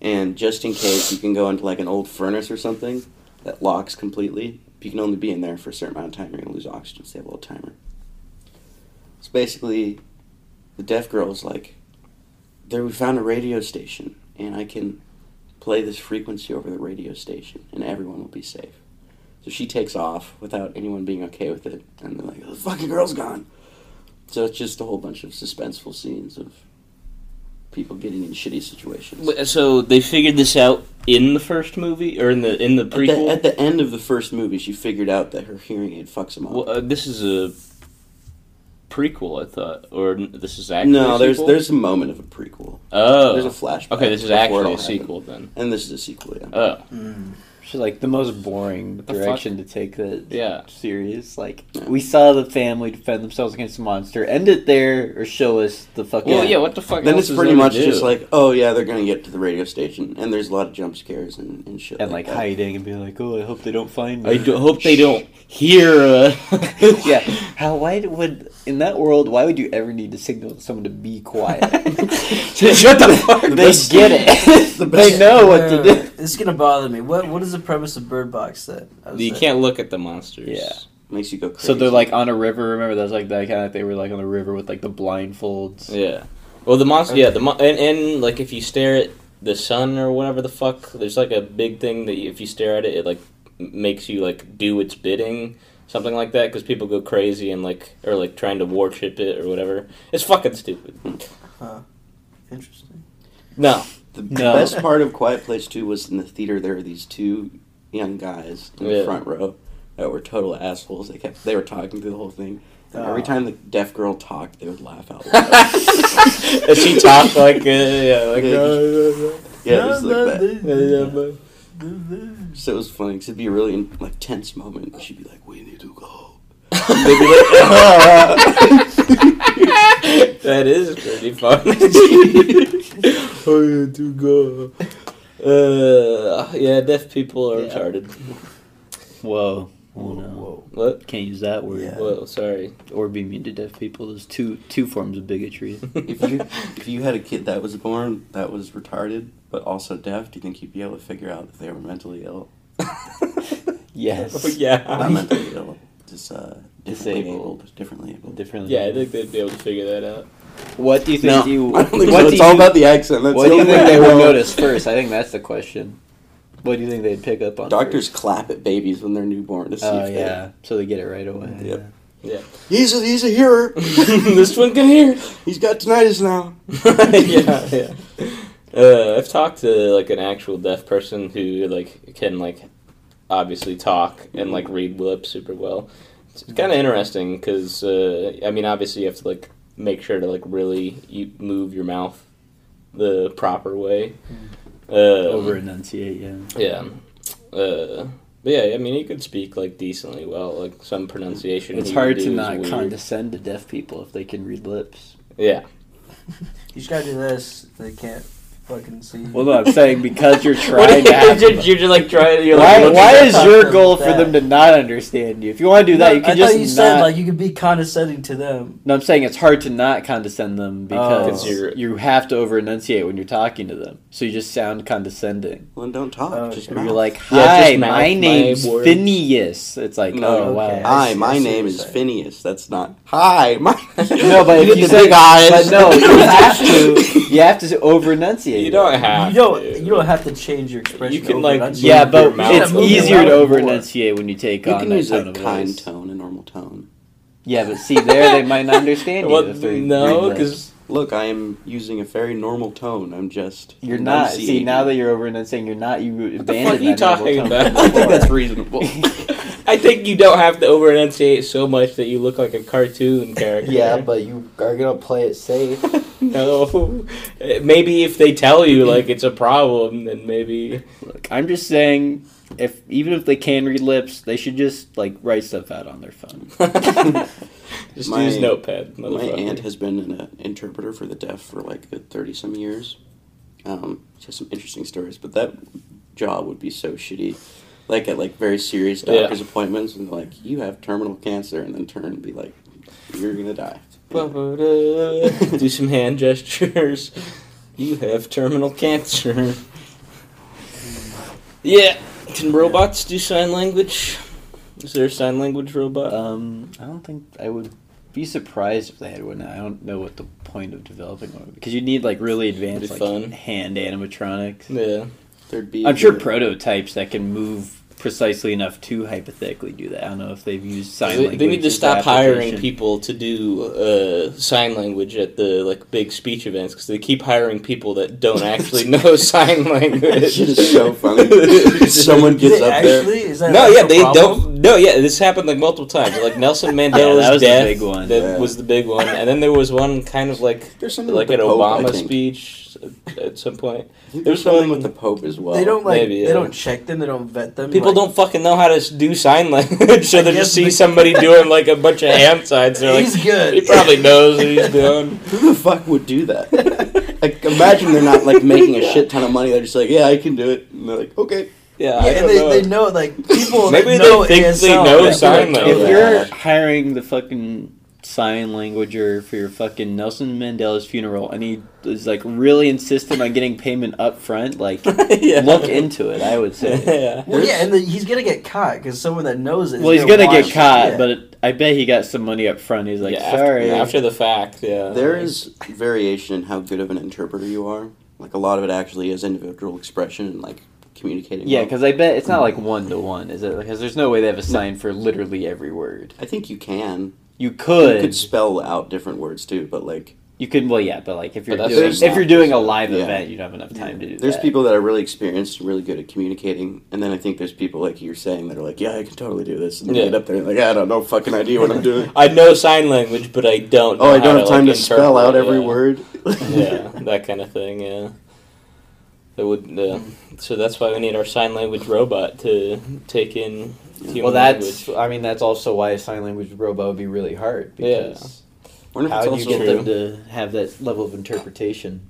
S5: and just in case, you can go into like an old furnace or something. that locks completely. You can only be in there for a certain amount of time. You're gonna lose oxygen. So they have a little timer. It's basically the deaf girl's like, there we found a radio station, and I can play this frequency over the radio station, and everyone will be safe. So she takes off without anyone being okay with it, and they're like, oh, the fucking girl's gone. So it's just a whole bunch of suspenseful scenes of people getting in shitty situations.
S3: Wait, So they figured this out in the first movie or in the in the
S5: At the,
S3: prequel.
S5: at the end of the first movie, she figured out that her hearing aid fucks them up.
S3: Well, uh, this is a prequel, I thought, or n- this is actually
S5: no,
S3: a
S5: there's
S3: sequel?
S5: there's a moment of a prequel.
S3: oh
S5: There's a flashback.
S3: okay, this is
S5: before it all
S3: actually a
S5: happened.
S3: sequel then.
S5: And this is a sequel, yeah.
S3: Oh
S6: Hmm.
S4: Which is like the most boring
S3: the
S4: direction to take the
S3: Yeah.
S4: series. Like
S5: Yeah.
S4: we saw the family defend themselves against a monster. End it there, or show us the fucking.
S3: well, yeah. What the fuck?
S5: then
S3: else
S5: it's
S3: is
S5: pretty
S3: there to
S5: much
S3: do?
S5: just like, oh yeah, they're gonna get to the radio station, and there's a lot of jump scares and, and shit.
S4: and like
S5: that.
S4: hiding and being like, oh, I hope they don't find me.
S3: I do, hope they don't hear.
S5: [LAUGHS]
S3: Uh,
S4: [LAUGHS]
S3: [LAUGHS]
S4: yeah. How? Why would in that world? Why would you ever need to signal to someone to be
S3: [LAUGHS]
S4: quiet? [LAUGHS]
S3: Shut
S5: [LAUGHS]
S3: the fuck.
S4: they
S3: [LAUGHS]
S4: get it. they know what to do.
S6: This is gonna bother me. What What is the premise of Bird Box that I was
S3: You
S6: at?
S3: can't look at the monsters.
S4: Yeah.
S5: makes you go crazy.
S4: So they're like on a river. Remember that's like that kind of. They were like on the river with like the blindfolds.
S3: Yeah. Well, the monster. Yeah, the mon- and, and like if you stare at the sun or whatever the fuck, there's like a big thing that if you stare at it, it like m- makes you like do its bidding, something like that, because people go crazy and like or like trying to worship it or whatever. It's fucking [LAUGHS] stupid.
S6: Interesting.
S3: No.
S5: the
S4: No.
S5: best part of Quiet Place Two was in the theater. There were these two young guys in
S3: Yeah.
S5: the front row that were total assholes. They kept they were talking through the whole thing. And Every
S3: Ah.
S6: Aw.
S5: time the deaf girl talked, they would laugh out
S3: [LAUGHS]
S5: loud.
S3: And she talked like uh, yeah, like
S5: yeah, it was like that.
S3: uh,
S5: So it was funny 'cause it'd be a really like tense moment. and She'd be like, "We need to go." And they'd be like,
S3: that is [LAUGHS] pretty funny. oh yeah, to go. Uh, yeah, deaf people are
S4: Yeah.
S3: retarded.
S4: Whoa. Oh no.
S3: What?
S4: Can't use that word.
S6: Yeah.
S3: Well, sorry.
S4: Or be mean to deaf people. There's two two forms of bigotry.
S5: if you if you had a kid that was born that was retarded but also deaf, do you think you'd be able to figure out if they were mentally ill?
S4: yes.
S3: Oh, yeah.
S4: [LAUGHS]
S5: Not mentally ill, just uh, differently
S4: Disabled.
S5: abled, differently abled.
S4: Differently.
S3: Yeah, I think they'd be able to figure that out.
S4: What do you think?
S5: No,
S4: you, [LAUGHS]
S5: [LAUGHS] I don't
S4: what
S5: think so.
S4: do
S5: It's
S4: you-
S5: all about the accent. That's
S4: What do [LAUGHS] you
S5: the only
S4: think
S5: way
S4: they
S5: I
S4: would
S5: know.
S4: notice first? I think that's the question. What do you think they'd pick up on?
S5: Doctors clap at babies when they're newborn to see
S4: First? Oh
S5: if
S4: yeah. So they get it right away.
S5: Yep.
S3: Yeah. [LAUGHS]
S5: they. [LAUGHS] He's a, he's a
S4: [LAUGHS]
S5: hearer. [LAUGHS]
S3: this one can hear.
S5: he's got tinnitus now.
S3: [LAUGHS] yeah, yeah. Uh, I've talked to like an actual deaf person who like can like obviously talk and like read lips super well. It's kind of interesting because uh, I mean obviously you have to like make sure to like really you move your mouth the proper way. Uh,
S4: Over enunciate. Yeah.
S3: Yeah. Uh, but yeah, I mean, he could speak like decently well, like some pronunciation.
S4: It's
S3: he would
S4: hard
S3: do
S4: to
S3: is
S4: not
S3: weird.
S4: condescend to deaf people if they can read lips.
S3: Yeah.
S6: You just gotta do this. They can't fucking see.
S4: Well, no, I'm saying
S6: [LAUGHS]
S4: because you're
S3: What
S4: trying
S3: do
S4: to.
S3: you-
S4: Have
S3: you're, you're just like trying. You're
S4: why?
S3: like,
S4: Why
S6: at
S4: is
S6: that
S4: your
S6: fuck
S4: goal for
S6: that?
S4: them to not understand you? If you want to do that, you can
S6: I
S4: just
S6: thought you
S4: not.
S6: said like you could be condescending to them.
S4: No, I'm saying it's hard to not condescend them because
S6: Oh.
S4: you're, you have to over enunciate when you're talking to them. So you just sound condescending.
S5: Well, then don't talk.
S6: Oh,
S5: just
S6: okay.
S4: Or
S5: mouth.
S4: you're like,
S3: Yeah,
S4: "Hi,
S3: just mouth
S4: my
S3: my
S4: name's
S3: words."
S4: Phineas." It's like,
S5: No,
S4: oh
S5: okay.
S4: wow.
S6: I
S5: Hi,
S6: see- I
S5: my
S6: see what
S5: name
S6: you're
S5: is
S6: saying.
S5: Phineas. That's not. Hi,
S4: [LAUGHS]
S5: my.
S4: No, but if
S3: [LAUGHS]
S5: did
S4: you
S5: the
S4: say-
S5: big
S4: But
S5: eyes.
S4: no,
S5: [LAUGHS]
S4: you have to. You have to over enunciate.
S3: You don't have.
S4: Ah,
S6: You don't.
S3: to.
S6: You don't have to change your expression.
S3: You can,
S6: over
S3: like,
S6: that.
S3: move
S4: Yeah,
S3: your
S4: but
S3: mouth
S4: it's
S3: more.
S4: easier to
S6: Mouth
S4: over
S6: more.
S4: enunciate when you take
S5: You
S4: on
S5: can
S4: that
S5: use
S4: tone
S5: a
S4: of
S5: kind
S4: voice.
S5: tone, a normal tone.
S4: Yeah, but see, there they might not
S3: [LAUGHS]
S4: understand you.
S3: Well,
S4: if they
S3: no,
S4: read lips.
S3: because
S5: Look, I am using a very normal tone. I'm just.
S4: you're not. See,
S5: enunciating.
S4: now that you're over enunciating, you're not. You
S3: the fuck
S4: abandoned
S3: are you
S4: that
S3: talking
S4: normal
S3: about?
S4: [LAUGHS] tone.
S5: I think
S4: [LAUGHS]
S5: that's reasonable.
S3: I think you don't have to over enunciate so much that you look like a
S5: [LAUGHS]
S3: cartoon character. [LAUGHS]
S4: but you are gonna play it safe.
S3: no. Maybe if they tell you like it's a problem, then maybe.
S4: Look, I'm just saying, if even if they can read lips, they should just like write stuff out on their [LAUGHS] phone.
S5: [LAUGHS]
S3: Just
S5: My-
S3: use notepad,
S5: My
S3: motherfucker.
S5: aunt has been an uh, interpreter for the deaf for like thirty some years. Um, she has some interesting stories, but that job would be so shitty. Like at like very serious
S3: Yeah.
S5: doctor's appointments, and they're like you have terminal cancer, and then turn and be like, you're gonna die.
S3: Ba-ba-da. Do some hand gestures. You have terminal cancer. Yeah. Can robots do sign language? Is there a sign language robot?
S4: Um, I don't think I would be surprised if they had one. I don't know what the point of developing one because you need like really advanced
S3: Be
S4: like
S3: fun.
S4: hand animatronics.
S3: yeah.
S5: There'd be.
S4: I'm
S5: [LAUGHS]
S4: sure prototypes that can move precisely enough to hypothetically do that. I don't know if they've used
S3: They,
S4: sign language.
S3: they need to
S4: as
S3: stop hiring
S4: application.
S3: people to do uh, sign language at the like big speech events because they keep hiring people that don't
S4: [LAUGHS]
S3: actually know sign
S5: That
S3: language.
S5: shit is so funny. Someone
S6: Is
S5: gets
S6: it
S5: up there.
S6: actually? Is that an
S3: No, yeah,
S6: actual
S3: they
S6: problem?
S3: don't. No, yeah, this happened like multiple times. Like Nelson
S4: Yeah,
S3: Mandela's
S4: that was the
S3: death,
S4: big one.
S3: That
S5: Yeah.
S3: was the big one, and then there was one kind of like
S5: There's something
S3: like
S5: with
S3: an
S5: the Pope, I
S3: Obama
S5: think.
S3: speech at, at some point.
S5: I
S3: There's
S5: think There's something
S3: one-
S5: with the Pope as well.
S6: They
S5: [LAUGHS]
S6: don't like.
S3: Maybe, yeah.
S6: They don't check them. They don't vet them.
S3: People
S6: like, [LAUGHS]
S3: don't fucking know how to s- do sign language, [LAUGHS] so
S6: I
S3: they just
S6: guess
S3: see
S6: the-
S3: somebody doing like a bunch of hand signs. They're
S6: He's
S3: like,
S6: good.
S3: He probably knows what he's doing.
S5: Who the fuck would do that? like, imagine they're not like making a shit ton of money. They're just like, yeah, I can do it, and they're like, okay.
S3: Yeah,
S6: Yeah,
S3: I don't
S6: and they
S3: know.
S6: know. they know like
S4: [LAUGHS]
S6: people
S3: Maybe
S6: that
S3: they
S6: know
S3: think they
S6: ASL.
S3: know
S6: like,
S3: sign
S6: don't
S3: language.
S5: Yeah.
S4: If
S6: that.
S4: you're hiring the fucking sign languager for your fucking Nelson Mandela's funeral and he is like really insistent on getting payment up front,
S3: [LAUGHS]
S4: like
S3: yeah.
S4: look into it, I would say.
S3: [LAUGHS] yeah.
S6: Well, yeah, and the, he's gonna get caught because someone that knows it.
S4: well, he's gonna get
S6: watch it,
S4: caught,
S6: yeah.
S4: but it, I bet he got some money up front. He's like,
S3: Yeah,
S4: sorry.
S3: After, after the fact, yeah.
S5: There is variation in how good of an interpreter you are. Like, a lot of it actually is individual expression and like communicating.
S4: yeah,
S5: well.
S4: because I bet it's not like one to one, is it? Because there's no way they have a sign for literally every word.
S5: I think you can.
S4: You could,
S5: You could spell out different words too, but like,
S4: well, yeah, but like if you're
S3: But that's
S4: doing,
S5: just
S4: if you're
S5: not-
S4: doing a live
S5: yeah.
S4: event, you don't have enough time to do
S5: there's
S4: that.
S5: people that are really experienced and really good at communicating, and then I think there's people like you're saying that are like, yeah, I can totally do this, and they
S3: Yeah.
S5: get up there and like, I don't know, fucking idea what I'm [LAUGHS] doing.
S3: [LAUGHS] I know sign language, but I don't. know
S5: Oh, I don't
S3: how
S5: have time
S3: like,
S5: to spell out
S3: interpret,
S5: every
S3: yeah.
S5: word.
S3: [LAUGHS]
S4: [LAUGHS]
S3: yeah, that kind of thing. Yeah, that would. Uh, so that's why we need our sign language robot to take in.
S5: [LAUGHS]
S3: Human
S4: Well,
S3: language.
S4: that's. I mean, that's also why a sign language robot would be really hard.
S3: Yeah.
S4: Because
S5: Wonder if
S4: How
S5: it's
S4: do you
S5: also
S4: get
S3: true.
S4: them to have that level of interpretation?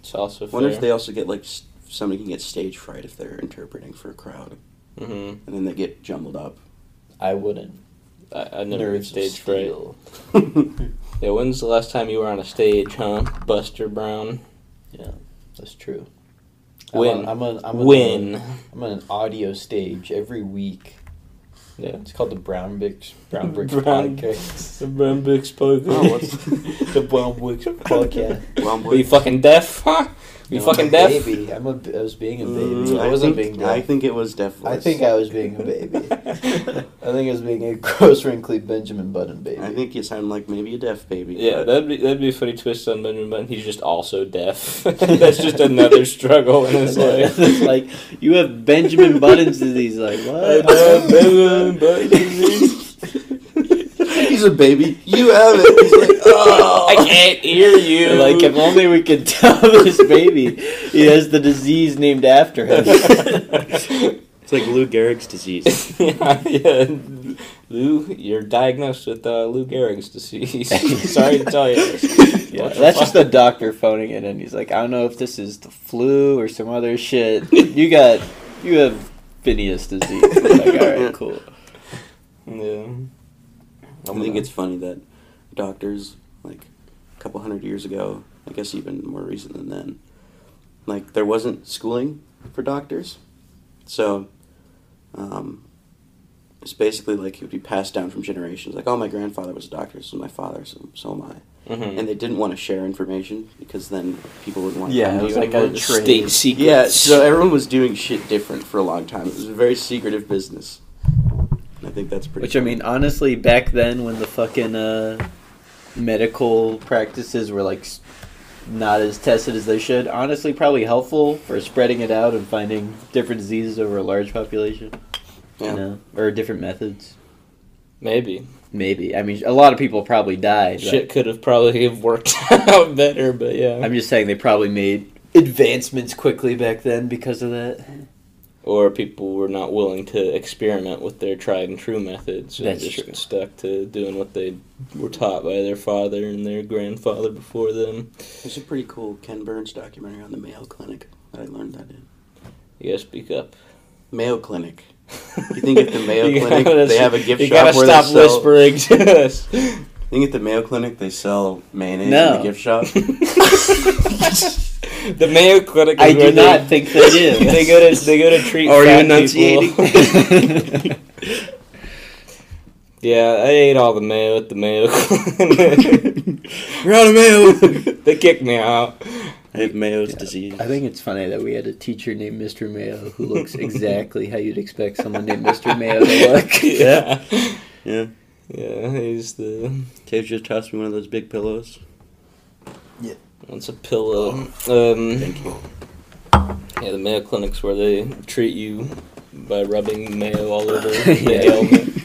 S3: It's also fair.
S5: Wonder if they also get like s- somebody can get stage fright if they're interpreting for a crowd,
S3: Mhm.
S5: and then they get jumbled up.
S4: I wouldn't.
S3: I, I never
S4: Nerves of
S3: stage fright.
S4: steel.
S3: Yeah, when's the last time you were on a stage, huh, Buster Brown?
S4: That's true.
S3: When?
S4: I'm on, I'm on, I'm on [LAUGHS]
S3: when?
S4: I'm on an audio stage every week.
S3: Yeah.
S4: It's called the Brown Bricks Brown Bricks
S3: Brown- [LAUGHS]
S4: Podcast.
S3: The Brown Bricks podcast.
S4: [LAUGHS]
S5: Oh, what's-
S3: [LAUGHS]
S4: the Brown [LAUGHS] Bricks Podcast.
S5: Well, I'm
S3: Are you fucking deaf, huh? You
S4: No,
S3: fucking
S4: I'm
S3: deaf?
S4: a baby. I'm a, I was being a baby.
S5: Mm,
S4: I wasn't
S5: think,
S4: being deaf.
S5: I think it was deaf.
S4: I
S5: voice.
S4: think I was being
S3: [LAUGHS]
S4: a baby. I think I was being a [LAUGHS] gross, wrinkly Benjamin Button baby.
S5: I think you sound like maybe a deaf baby.
S3: Yeah,
S4: [LAUGHS]
S5: but
S3: that'd be that'd be a funny twist on Benjamin Button. He's just also deaf. [LAUGHS] That's just another struggle in
S4: [LAUGHS]
S2: [LAUGHS]
S3: his life.
S4: It's like you have Benjamin Button's disease.
S3: [LAUGHS]
S4: Like
S3: I
S4: what?
S2: [LAUGHS]
S3: love Benjamin Button.
S5: [LAUGHS] he's a baby. You have it. He's like, oh.
S3: I can't hear you.
S5: [LAUGHS]
S3: [LAUGHS]
S4: Like if only we could tell this baby [LAUGHS] he has the disease named after him.
S5: It's like Lou Gehrig's disease.
S3: [LAUGHS] yeah, yeah. Lou, you're diagnosed with uh, Lou Gehrig's
S5: [LAUGHS]
S3: disease. [LAUGHS] Sorry to tell you. This.
S4: Yeah, that's just the doctor phoning it in. He's like, I don't know if this is the flu or some other shit. You got, you have Phineas disease. like, all [LAUGHS] right, cool.
S3: Yeah.
S5: I think it's funny that doctors, like a couple hundred years ago, I guess even more recent than then, like there wasn't schooling for doctors. So um, it's basically like it would be passed down from generations. Like, oh, my grandfather was a doctor, so my father, so, so am I.
S6: Mm-hmm.
S3: Mhm.
S5: And they didn't want to share information because then people wouldn't want to
S4: Yeah,
S5: come
S4: it
S5: to
S4: was
S5: you
S4: like a
S5: anymore.
S4: trade.
S3: state secrets.
S5: Yeah, so everyone was doing shit different for a long time. It was a very secretive business. And I think that's pretty
S4: Which I
S5: cool.
S4: mean, honestly, back then when the fucking uh, medical practices were like s- not as tested as they should, honestly, probably helpful for spreading it out and finding different diseases over a large population.
S5: Yeah.
S4: You know, or different methods.
S3: maybe
S4: Maybe. I mean, a lot of people probably died. but-
S3: shit could have probably [LAUGHS] have worked out better, but yeah.
S4: I'm just saying they probably made advancements quickly back then because of that.
S3: or people were not willing to experiment with their tried and true methods and
S4: That's
S3: just
S4: true.
S3: stuck to doing what they were taught by their father and their grandfather before them.
S5: There's a pretty cool Ken Burns documentary on the Mayo Clinic that I learned that in.
S3: You gotta speak up.
S5: Mayo Clinic. You think if the
S3: [LAUGHS]
S5: Mayo
S3: You
S5: Clinic,
S3: gotta-
S5: they have a gift
S3: you
S5: shop
S3: gotta
S5: where
S3: stop
S5: they sell-
S3: whispering [LAUGHS] to us.
S5: [LAUGHS] I think at the Mayo Clinic they sell mayonnaise in
S4: No.
S5: the gift shop.
S3: The Mayo Clinic. Is
S4: I do
S3: where [LAUGHS] they-
S4: not think they do.
S3: They go to they go to treat.
S4: [LAUGHS] Are you
S3: fat
S4: enunciating?
S3: [LAUGHS] people. [LAUGHS] yeah, I ate all the mayo at the Mayo Clinic. [LAUGHS]
S5: You're out of mayo. [LAUGHS]
S3: they kicked me out. [LAUGHS]
S5: I have Mayo's disease.
S4: I think it's funny that we had a teacher named Mr. Mayo who
S3: [LAUGHS]
S4: looks exactly how you'd expect someone named Mr. Mayo to look. [LAUGHS]
S3: Yeah,
S5: Yeah.
S3: yeah. He's the
S5: Cave just tossed me one of those big pillows.
S3: wants a pillow. Um,
S5: Oh. Thank you.
S3: yeah, the Mayo Clinic's where they treat you by rubbing mayo
S5: [LAUGHS]
S3: all over the
S4: Yeah.
S3: ailment.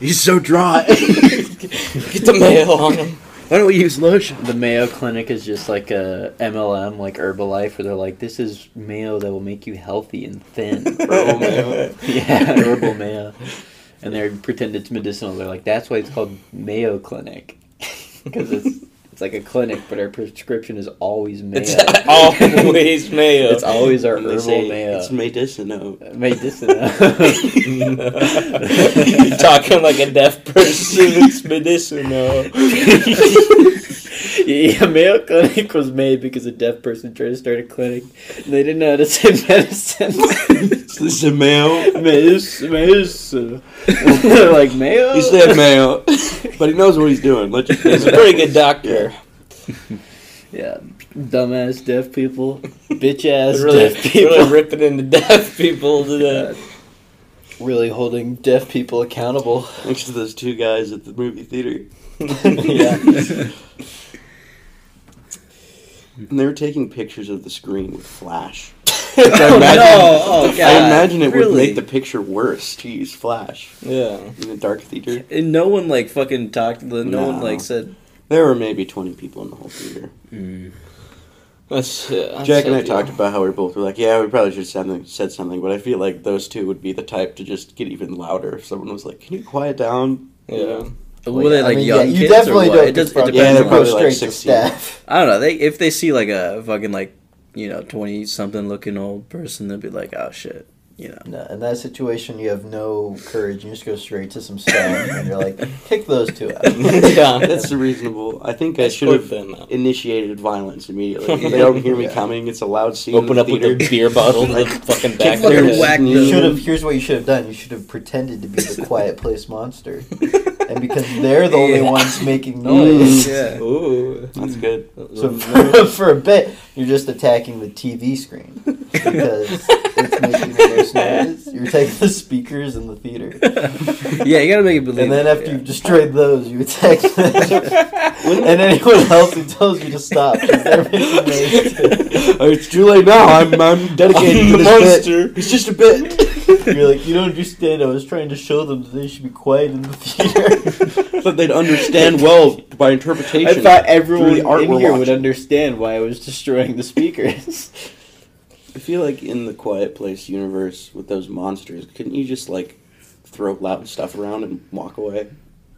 S5: He's so
S3: [LAUGHS]
S5: dry. [LAUGHS]
S3: Get the mayo on them.
S5: Why don't we use lotion?
S4: The Mayo Clinic is just like a MLM, like Herbalife, where they're like, "This is mayo that will make you healthy and thin."
S3: [LAUGHS]
S5: Herbal mayo.
S4: yeah, [LAUGHS] herbal mayo, and they pretend it's medicinal. They're like, "That's why it's called Mayo Clinic," [LAUGHS] because it's it's like a clinic, but our prescription is always mayo.
S3: It's always mayo. [LAUGHS]
S4: It's always our
S5: And [LAUGHS] they
S4: herbal
S5: say
S4: mayo.
S5: It's medicinal.
S4: medicinal. [LAUGHS]
S3: You're talking like a deaf
S5: [LAUGHS]
S3: person. It's medicinal.
S4: Yeah, Mayo Clinic was made because a deaf person tried to start a clinic and they didn't know how to say [LAUGHS] medicine.
S5: [LAUGHS] This is mayo.
S4: Medicine. medicine. [LAUGHS] They're like, Mayo?
S5: He said mayo, [LAUGHS] but he knows what he's doing. [LAUGHS] Let's just
S3: He's a pretty good doctor.
S4: yeah, dumbass deaf people. Bitch ass
S3: Really,
S4: deaf people.
S3: really ripping into deaf people. To
S4: Yeah.
S5: [LAUGHS]
S3: the,
S4: really holding deaf people accountable.
S5: Next to those two guys at the movie theater,
S4: yeah.
S5: and they were taking pictures of the screen
S3: [LAUGHS]
S5: with flash.
S4: oh,
S5: imagine-
S4: no. Oh, God.
S5: I imagine it would
S2: really?
S5: make the picture worse to use flash
S3: [LAUGHS] yeah.
S5: in a dark theater.
S2: And no one like fucking talked. No, no one
S5: No.
S2: like said.
S5: There were maybe twenty people in the whole theater.
S3: That's, uh, that's
S5: Jack and
S3: so
S5: I
S3: deep.
S5: talked about how we both were like, yeah, we probably should have something, said something, but I feel like those two would be the type to just get even louder if someone was like, can you quiet down? [LAUGHS]
S3: Yeah.
S2: were they
S6: I
S2: like
S6: mean,
S2: young
S6: you
S2: kids or
S6: definitely
S2: what?
S6: don't
S2: It, does, it
S6: confront-
S2: depends.
S5: Yeah, they're
S2: on-
S5: probably
S6: Go
S5: like
S6: straight to
S5: 16.
S6: staff.
S2: I don't know. They if they see like a fucking like you know twenty something looking old person, they'll be like, oh shit, you know.
S6: No, in that situation, you have no courage. You just go straight to some staff, and you're like, "Kick those two
S2: [LAUGHS]
S6: out."
S3: [LAUGHS] Yeah.
S5: That's reasonable. I think I should
S3: Put
S5: have
S3: them out.
S5: initiated violence immediately.
S3: [LAUGHS]
S5: If they don't hear me
S6: Yeah.
S5: coming. It's a loud scene. in
S3: Open
S5: the
S3: up with a
S5: theater.
S3: beer
S5: [LAUGHS]
S3: bottle to the fucking back.
S2: fucking
S3: door.
S2: whack
S6: You should
S2: [LAUGHS]
S6: have. Here's what you should have done. You should have pretended to be the quiet place monster, and because they're the only
S2: Yeah. Mm,
S6: ones
S2: [LAUGHS]
S6: making noise.
S2: Yeah.
S3: Ooh.
S5: That's good.
S6: So [LAUGHS] for, for a bit, you're just attacking the TV screen
S2: [LAUGHS]
S6: because it's making the most noise. You're attacking the speakers in the theater,
S2: yeah, you gotta make it believe.
S6: and then after
S2: yeah.
S6: you've destroyed those, you
S2: [LAUGHS]
S6: attack them. and anyone
S3: [LAUGHS]
S6: else who tells you to stop, 'cause they're making noise.
S5: [LAUGHS]
S6: too.
S5: Oh, it's too late now. I'm [LAUGHS] I'm dedicated to
S3: I'm the
S5: this
S3: monster.
S5: Bit. It's just a bit.
S6: You're like, you don't understand. I was trying to show them that they should be quiet in the theater.
S5: But they'd understand well by
S4: I
S5: interpretation.
S4: thought everyone
S5: the art
S4: in
S5: we're
S4: here would
S5: watching.
S4: understand why I was destroying the speakers.
S5: [LAUGHS] I feel like in the Quiet Place universe with those monsters, couldn't you just like throw loud stuff around and walk away?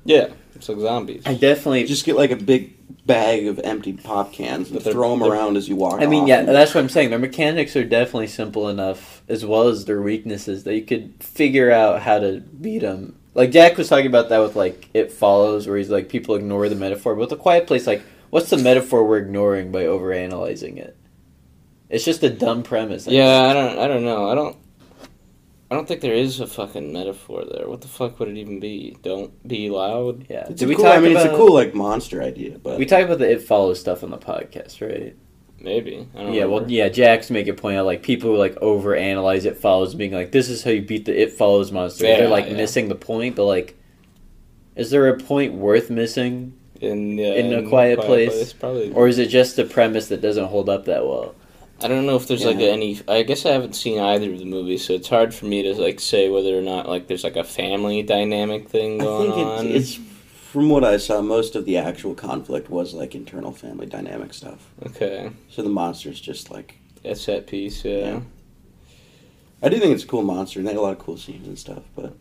S3: Yeah. It's like zombies.
S4: I definitely
S5: Just get like a big bag of empty pop cans and
S3: But they're-
S5: throw them
S3: they're-
S5: around as you walk.
S4: I mean,
S5: off.
S4: yeah, that's what I'm saying. Their mechanics are definitely simple enough, as well as their weaknesses, that you could figure out how to beat them. Like Jack was talking about that with like It Follows, where he's like people ignore the metaphor, but with the Quiet Place, like what's the metaphor we're ignoring by overanalyzing it? It's just a dumb premise. Like,
S3: Yeah, I don't. I don't know. I don't. I don't think there is a fucking metaphor there. What the fuck would it even be? Don't be loud.
S4: yeah.
S5: It's
S4: Did
S5: a
S4: we
S5: cool,
S4: talk
S5: I mean,
S4: about?
S5: it's a cool like monster idea, but
S4: We talked about the It Follows stuff on the podcast, right?
S3: Maybe. I don't
S4: Yeah, well,
S3: remember.
S4: yeah, Jack's make a point out like people who like overanalyze it follows, being like, "This is how you beat the it follows monster."
S3: Yeah,
S4: They're like
S3: yeah.
S4: missing the point, but like, is there a point worth missing,
S3: in, uh,
S4: in a quiet place,
S3: probably.
S4: or is it just a premise that doesn't hold up that well?
S3: I don't know if there's like
S5: Yeah.
S3: any. I guess I haven't seen either of the movies, so it's hard for me to like say whether or not like there's like a family dynamic thing
S5: I
S3: going
S5: think
S3: on.
S5: it's, it's from what I saw, most of the actual conflict was like internal family dynamic stuff.
S3: okay,
S5: So the monster's just like
S3: that's that piece. Yeah.
S5: Yeah. I do think it's a cool monster, and they had a lot of cool scenes and stuff. But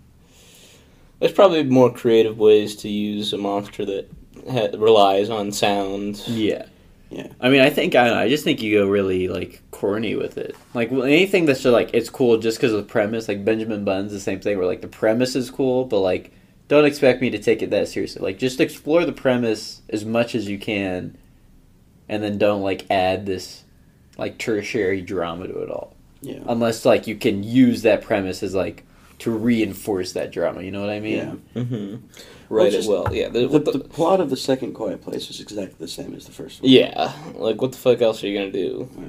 S3: there's probably more creative ways to use a monster that ha- relies on sound.
S4: Yeah,
S5: Yeah.
S4: I mean, I think I don't know. I just think you go really like corny with it. Like well, anything that's just like it's cool just because of the premise. Like Benjamin Bun's the same thing, where like the premise is cool, but like don't expect me to take it that seriously. Like just explore the premise as much as you can, and then don't like add this like tertiary drama to it all.
S5: Yeah.
S4: Unless like you can use that premise as like to reinforce that drama. You know what I mean?
S5: Yeah.
S3: Mm-hmm.
S5: Well,
S3: Right.
S5: just-
S3: well, yeah. The,
S5: The,
S3: what the,
S5: the plot of the second Quiet Place is exactly the same as the first one.
S3: yeah. Like, what the fuck else are you gonna do?
S5: Yeah.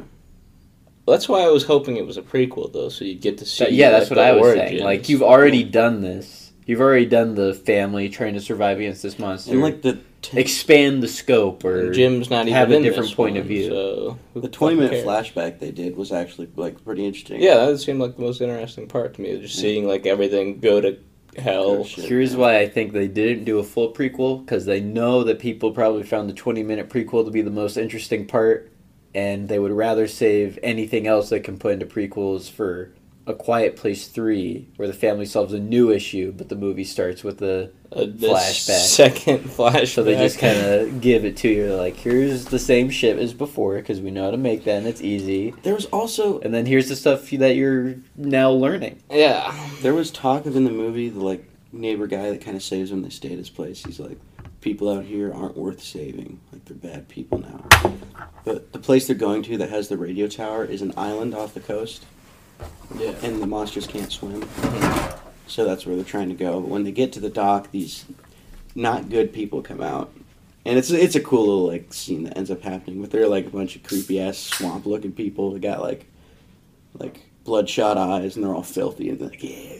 S3: That's why I was hoping it was a prequel, though, so you'd get to see.
S4: That- yeah, that's
S3: like,
S4: what
S3: the
S4: I was saying.
S3: origins.
S4: Like you've already done this. You've already done the family trying to survive against this monster.
S5: And like the t-
S4: expand the scope or
S3: And Jim's not even
S4: have a
S3: in
S4: different
S3: this
S4: point
S3: one,
S4: of view.
S3: So who
S5: the
S3: the
S5: twenty
S3: fuck
S5: minute
S3: cares?
S5: flashback they did was actually like pretty interesting.
S3: Yeah, that seemed like the most interesting part to me. was Just
S4: Mm.
S5: Yeah.
S3: seeing like everything go to hell.
S5: Gosh.
S4: Here's why I think they didn't do a full prequel because they know that people probably found the 20 minute prequel to be the most interesting part, and they would rather save anything else they can put into prequels for A Quiet Place 3, where the family solves a new issue, but the movie starts with the.
S3: Uh, the
S4: Flashback.
S3: Second flashback.
S4: So they just kind of give it to you. They're like, here's the same shit as before because we know how to make that and it's easy.
S5: There was also
S4: And then here's the stuff that you're now learning.
S3: yeah.
S5: there was talk of in the movie the like neighbor guy that kind of saves him. They stay at his place. He's like, people out here aren't worth saving. Like they're bad people now. But the place they're going to that has the radio tower is an island off the coast,
S3: Yeah.
S5: and the monsters can't swim. So that's where they're trying to go. But when they get to the dock, these not good people come out. And it's it's a cool little like scene that ends up happening. But they're like a bunch of creepy ass swamp looking people that got like like bloodshot eyes and they're all filthy and they're like yeah.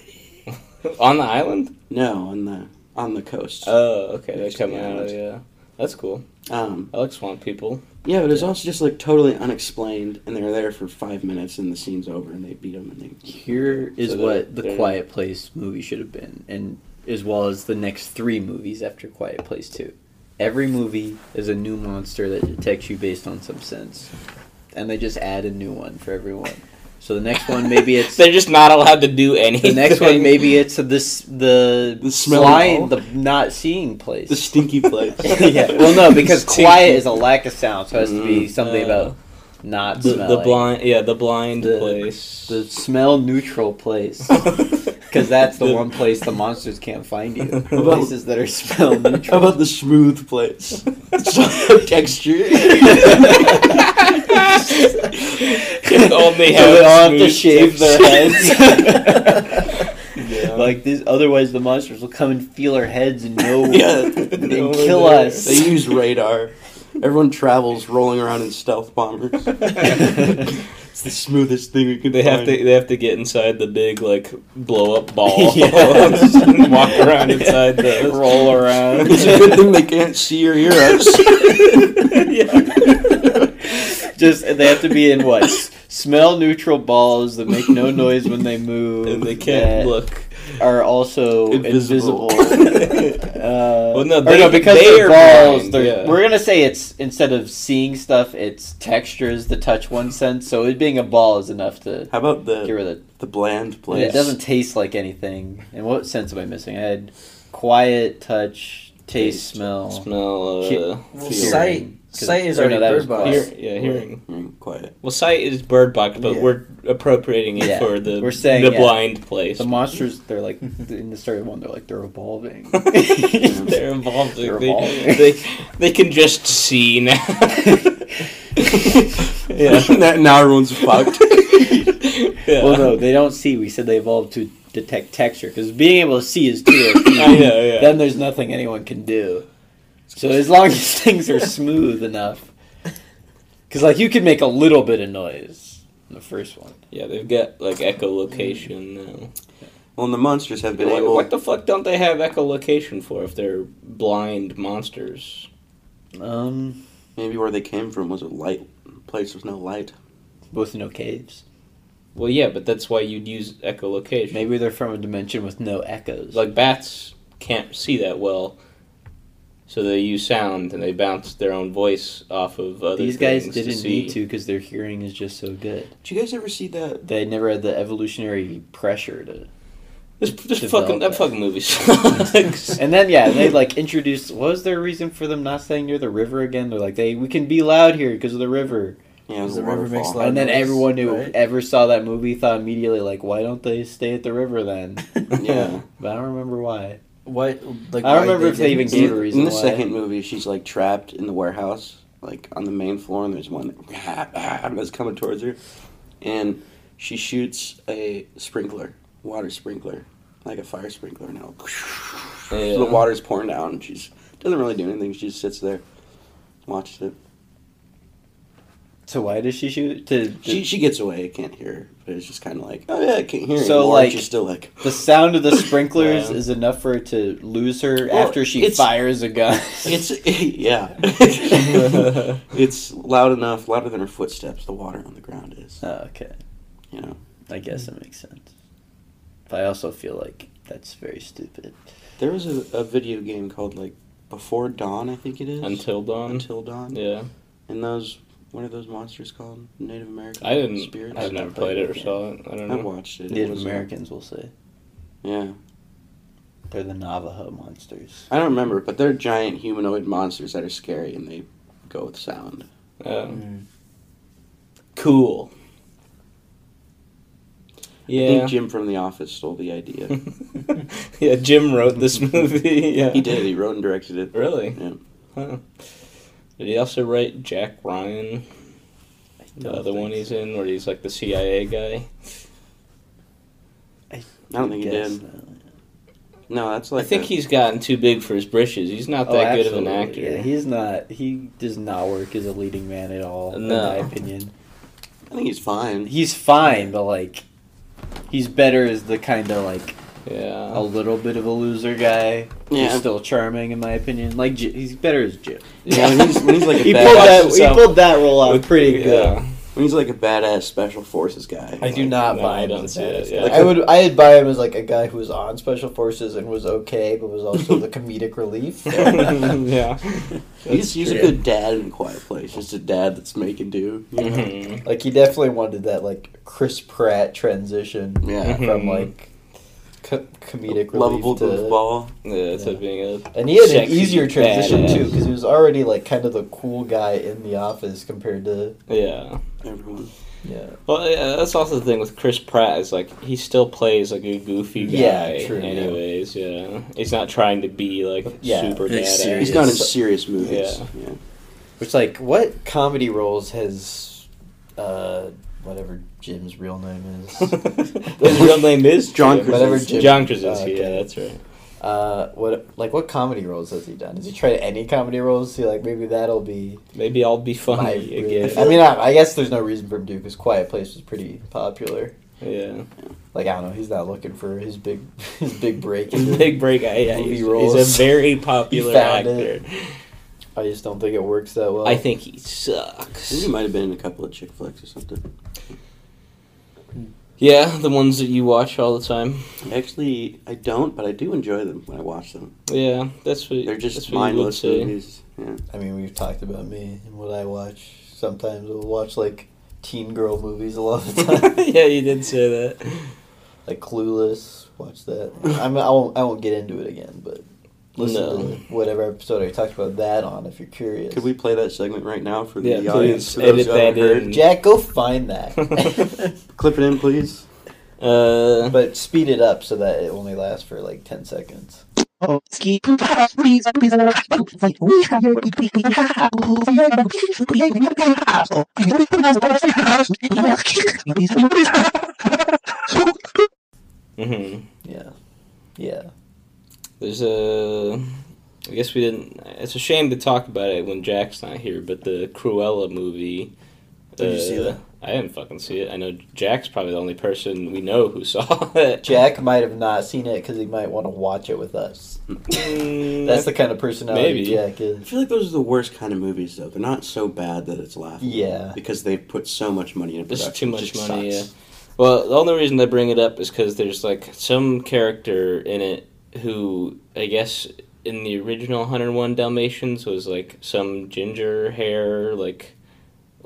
S3: On the island.
S5: No, on the on the coast.
S3: Oh, okay. They
S5: Next
S3: come
S5: to the
S3: out.
S5: island.
S3: Yeah, that's cool.
S5: um,
S3: I like swamp people.
S5: yeah, but it's also just like totally unexplained, and they're there for five minutes, and the scene's over, and they beat them, and they.
S4: Here is
S3: So
S4: what
S3: they're-
S4: the
S3: they're-
S4: Quiet Place movie should have been, and as well as the next three movies after Quiet Place 2. Every movie is a new monster that detects you based on some sense. And they just add a new one for everyone. So the next one, [LAUGHS] maybe it's.
S3: They're just not allowed to do
S4: The
S3: anything.
S4: next one, maybe it's this the,
S5: The smelling
S4: slide,
S5: hole?
S4: the not seeing place.
S5: The stinky [LAUGHS] place.
S4: [LAUGHS] yeah. Well, no, because
S3: Stinky.
S4: quiet is a lack of sound, so it has to be something
S3: Uh,
S4: about not
S3: the, the
S4: smelling.
S3: blind. Yeah, the blind
S4: The-
S3: place. [LAUGHS]
S4: the smell neutral [LAUGHS] place. Because that's the
S3: [LAUGHS]
S4: one place the monsters can't find [LAUGHS] you. Places that are [LAUGHS] smell
S5: How
S4: neutral.
S5: about [LAUGHS] the smooth place? It's not the [LAUGHS] texture.
S3: If only
S4: So [LAUGHS] they all have to
S3: smooth
S4: shave their
S3: textures.
S4: [LAUGHS] heads.
S3: Yeah.
S4: like this, otherwise the monsters will come and feel our heads and [LAUGHS] know
S5: yeah,
S4: and
S5: [LAUGHS] they
S4: kill
S3: they're-
S4: us.
S5: use radar. Everyone travels rolling around in stealth bombers. It's the smoothest thing we could
S3: They have
S5: find.
S3: to. They have to get inside the big like blow
S4: [LAUGHS]
S3: up ball.
S4: [LAUGHS] Yeah. [LAUGHS]
S3: and walk around
S4: Yeah.
S3: inside the
S4: roll around.
S5: [LAUGHS] It's a good thing they can't see or hear us.
S4: [LAUGHS] Just they have to be in what S- smell neutral balls that make no noise when [LAUGHS] they move.
S3: and they can't
S4: that [LAUGHS]
S3: look.
S4: Are also invisible.
S3: [LAUGHS]
S5: Invisible.
S4: Uh,
S3: Well, no,
S4: or
S3: they-
S4: no, because
S3: they
S4: they're
S3: are
S4: balls.
S3: blind,
S4: they're,
S3: yeah.
S4: We're gonna say it's instead of seeing stuff, it's textures. The touch one sense. So it being a ball is enough to
S5: How about
S4: get
S5: the
S4: rid of. It.
S5: the bland
S4: And
S5: place?
S4: It doesn't taste like anything. And what sense am I missing? I had quiet, touch, taste,
S5: Taste.
S4: smell,
S3: Smell. Uh,
S4: Hear-
S2: Well,
S4: Fear.
S2: sight.
S4: Cause-
S2: Sight is
S4: or no,
S2: already
S4: that
S2: bird
S4: was
S2: box.
S4: glass.
S3: hear, yeah, hearing.
S5: Mm, Quiet.
S3: Well, sight is bird box, but
S2: Yeah.
S3: we're appropriating it
S4: Yeah.
S3: for the
S4: We're saying,
S3: the
S4: yeah.
S3: blind place.
S4: The monsters, they're like in the story one, they're like
S3: [LAUGHS]
S4: they're evolving. [LAUGHS]
S3: they're involved.
S4: They're
S3: they,
S4: evolving.
S3: they they can just see
S4: [LAUGHS]
S3: now. yeah.
S5: [LAUGHS] Now- now everyone's fucked.
S3: [LAUGHS] yeah.
S4: Well, no, they don't see. We said they evolved to detect texture because being able to see is too.
S3: [COUGHS] I know. Yeah.
S4: Then there's nothing anyone can do. So as long as [LAUGHS] things are smooth enough, because like you could make a little bit of noise in the first one.
S3: yeah. They've got like echolocation now.
S5: Well, and the monsters have been
S3: What,
S5: able.
S3: what the fuck don't they have echolocation for if they're blind monsters?
S4: Um,
S5: Maybe where they came from was a light place with no light.
S4: with no caves.
S3: Well, yeah, but that's why you'd use echolocation.
S4: Maybe they're from a dimension with no echoes.
S3: Like bats can't see that well, so they use sound and they bounce their own voice off of other
S4: these guys
S3: things
S4: didn't
S3: to
S4: need
S3: see.
S4: to because their hearing is just so good.
S5: Did you guys ever see that?
S4: They never had the evolutionary pressure to.
S3: This, this
S4: develop
S3: fucking that,
S4: that.
S3: fucking movie sucks.
S4: And then yeah, they like introduced. What was their reason for them not staying near the river again? They're like, they we can be loud here because of the river.
S5: Yeah, it was
S2: The
S5: a
S2: river
S5: waterfall.
S2: makes light.
S4: and then
S2: noise,
S4: everyone who
S2: right?
S4: ever saw that movie thought immediately like, why don't they stay at the river then? [LAUGHS]
S5: [LAUGHS] Yeah,
S4: But I don't remember why.
S2: What? Like
S4: I
S2: why
S4: remember if they
S2: didn't
S4: even
S2: see
S4: gave a
S2: it.
S4: reason
S5: in the
S4: why.
S5: second movie, she's like trapped in the warehouse, like on the main floor, and there's one [LAUGHS] that was coming towards her, and she shoots a sprinkler, water sprinkler, like a fire sprinkler, and it'll- [LAUGHS]
S3: Yeah.
S5: the water's pouring down. And she's doesn't really do anything. She just sits there, watches it.
S7: So why does she shoot? To, to-
S5: She she gets away. I can't hear her, but it's just kind of like, oh yeah, I can't hear.
S7: So,
S5: anymore," and
S7: like-
S5: she's still like, [LAUGHS]
S7: the sound of
S5: [COUGHS]
S7: the sprinklers
S5: Yeah.
S7: is enough for it to lose her
S5: Well,
S7: after she
S5: it's-
S7: fires a gun.
S4: [LAUGHS]
S5: It's [LAUGHS] yeah. it's loud enough, louder than her footsteps. The water on the ground is,
S7: oh, okay.
S5: you know.
S7: I guess that makes sense. But I also feel like that's very stupid.
S5: There was a, a video game called like Before Dawn, I think it is.
S3: [LAUGHS] Until Dawn.
S5: Until Dawn.
S3: yeah,
S5: And those, what are those monsters called? Native American.
S3: I didn't.
S5: Spirits.
S3: I've never played it or saw it. I don't
S5: I
S3: know.
S5: watched it. It
S7: Native
S5: was- uh,
S7: Americans will say
S5: Yeah,
S7: they're the Navajo monsters.
S5: I don't remember, but they're giant humanoid monsters that are scary and they go with sound.
S3: Um,
S7: Mm.
S5: Cool. I
S3: yeah.
S5: think Jim from The Office stole the idea.
S3: [LAUGHS] yeah, Jim wrote this movie. [LAUGHS] Yeah,
S5: he did. He wrote and directed it.
S3: Really?
S5: Yeah.
S3: Huh. Did he also write Jack Ryan, the
S7: don't
S3: other
S7: think
S3: one he's in, where he's like the CIA guy?
S5: I don't think he
S7: Guess
S5: did.
S7: not.
S5: No, that's like.
S3: I think
S5: a-
S3: he's gotten too big for his britches. He's not
S7: Oh,
S3: that good of an actor.
S7: absolutely. Yeah, he's not. He does not work as a leading man at all, in
S3: No.
S7: my opinion.
S5: I think he's fine.
S7: He's fine, but like, he's better as the kind of like a
S3: yeah.
S7: little bit of a loser guy.
S5: Yeah.
S7: He's still charming, in my opinion. Like, J- he's better as Jim.
S5: Yeah, when he's, when
S3: [LAUGHS]
S5: he's like a
S7: He
S5: bad-
S7: pulled that.
S3: himself.
S7: He pulled that role out pretty good.
S3: Yeah.
S5: when he's like a badass special forces guy.
S7: I do not
S3: No,
S7: buy
S3: I
S7: him
S3: don't
S7: as
S3: see
S7: bad
S3: it,
S7: as
S3: yeah.
S7: Jim.
S4: I would I'd buy him as like a guy who was on special forces and was okay, but was also the comedic [LAUGHS] relief.
S3: yeah.
S5: he's he's a
S7: true.
S5: good dad in a quiet place. Just a dad that's make and do. you know?
S3: Mhm.
S4: Like he definitely wanted that like Chris Pratt transition
S5: Yeah.
S4: from
S3: Mhm.
S4: like co- comedic relief
S5: Lovable
S4: to
S5: goofball.
S3: Yeah, to
S4: Yeah.
S3: being a
S4: and he had an
S3: sexy
S4: easier transition
S3: badass.
S4: too because he was already like kind of the cool guy in the office compared to
S3: yeah.
S5: Everyone.
S4: yeah
S3: Well, yeah, that's also the thing with Chris Pratt is like he still plays like a goofy guy.
S4: Yeah, true, yeah.
S3: Anyways, yeah, he's not trying to be like
S4: Yeah,
S3: super
S2: like
S3: badass.
S2: serious.
S5: He's not in
S4: Yes.
S5: serious movies. Yeah.
S4: which like what comedy roles has uh whatever Jim's real name
S3: [LAUGHS]
S4: is
S3: [LAUGHS] His real name is
S5: John
S3: Jim.
S4: Whatever Jim-
S3: John Krasinski.
S4: Oh, okay.
S3: Yeah, that's right.
S4: uh what like what comedy roles has he done has he tried any comedy roles see like maybe that'll be
S3: Maybe I'll be
S4: my
S3: funny [LAUGHS] again.
S4: I mean I, I guess there's no reason for him to because Quiet Place was pretty popular
S3: yeah,
S4: like I don't know he's not looking for his big [LAUGHS] his big break [LAUGHS] into-
S3: big break. I, yeah,
S4: Movie
S3: he's,
S4: roles.
S3: he's a very popular
S4: [LAUGHS] He found
S3: actor.
S4: I just don't think it works that well
S3: I think he
S5: I think
S3: sucks.
S5: he might have been in a couple of chick flicks or something.
S3: Yeah, the ones that you watch all the time.
S5: Actually, I don't, but I do enjoy them when I watch them.
S3: Yeah, that's what
S5: They're just
S3: that's what you would
S5: mindless
S3: say.
S5: movies. Yeah.
S4: I mean, we've talked about me and what I watch. Sometimes we'll watch like teen girl movies a lot of the [LAUGHS] time,
S3: [LAUGHS] yeah, you did say that.
S4: like Clueless. Watch that. I'm, I won't. I won't get into it again, but listen
S3: No.
S4: to whatever episode I talked about that on if you're curious.
S5: Could we play that segment right now for
S3: Yeah,
S5: the
S3: please
S5: audience? for
S3: edit
S5: those who haven't
S3: that
S5: heard?
S3: in.
S4: Jack, go find [LAUGHS] that,
S5: Clip it in, please.
S3: Uh,
S4: but speed it up so that it only lasts for like ten seconds.
S3: mhm.
S4: Yeah, yeah.
S3: There's a. I guess we didn't. It's a shame to talk about it when Jack's not here, but the Cruella movie. uh,
S5: Did you see that?
S3: I didn't fucking see it. I know Jack's probably the only person we know who saw [LAUGHS] it.
S4: Jack might have not seen it because he might want to watch it with us.
S3: Mm,
S4: That's the kind of personality
S3: Maybe.
S4: Jack
S5: I
S4: is.
S5: feel like those are the worst kind of movies, though. They're not so bad that it's laughable.
S4: Yeah.
S5: Because they put so much money into
S3: There's
S5: production.
S3: too
S5: it
S3: much
S5: just
S3: money,
S5: sucks.
S3: Well, the only reason I bring it up is because there's like some character in it who I guess in the original 101 Dalmatians was like some ginger hair like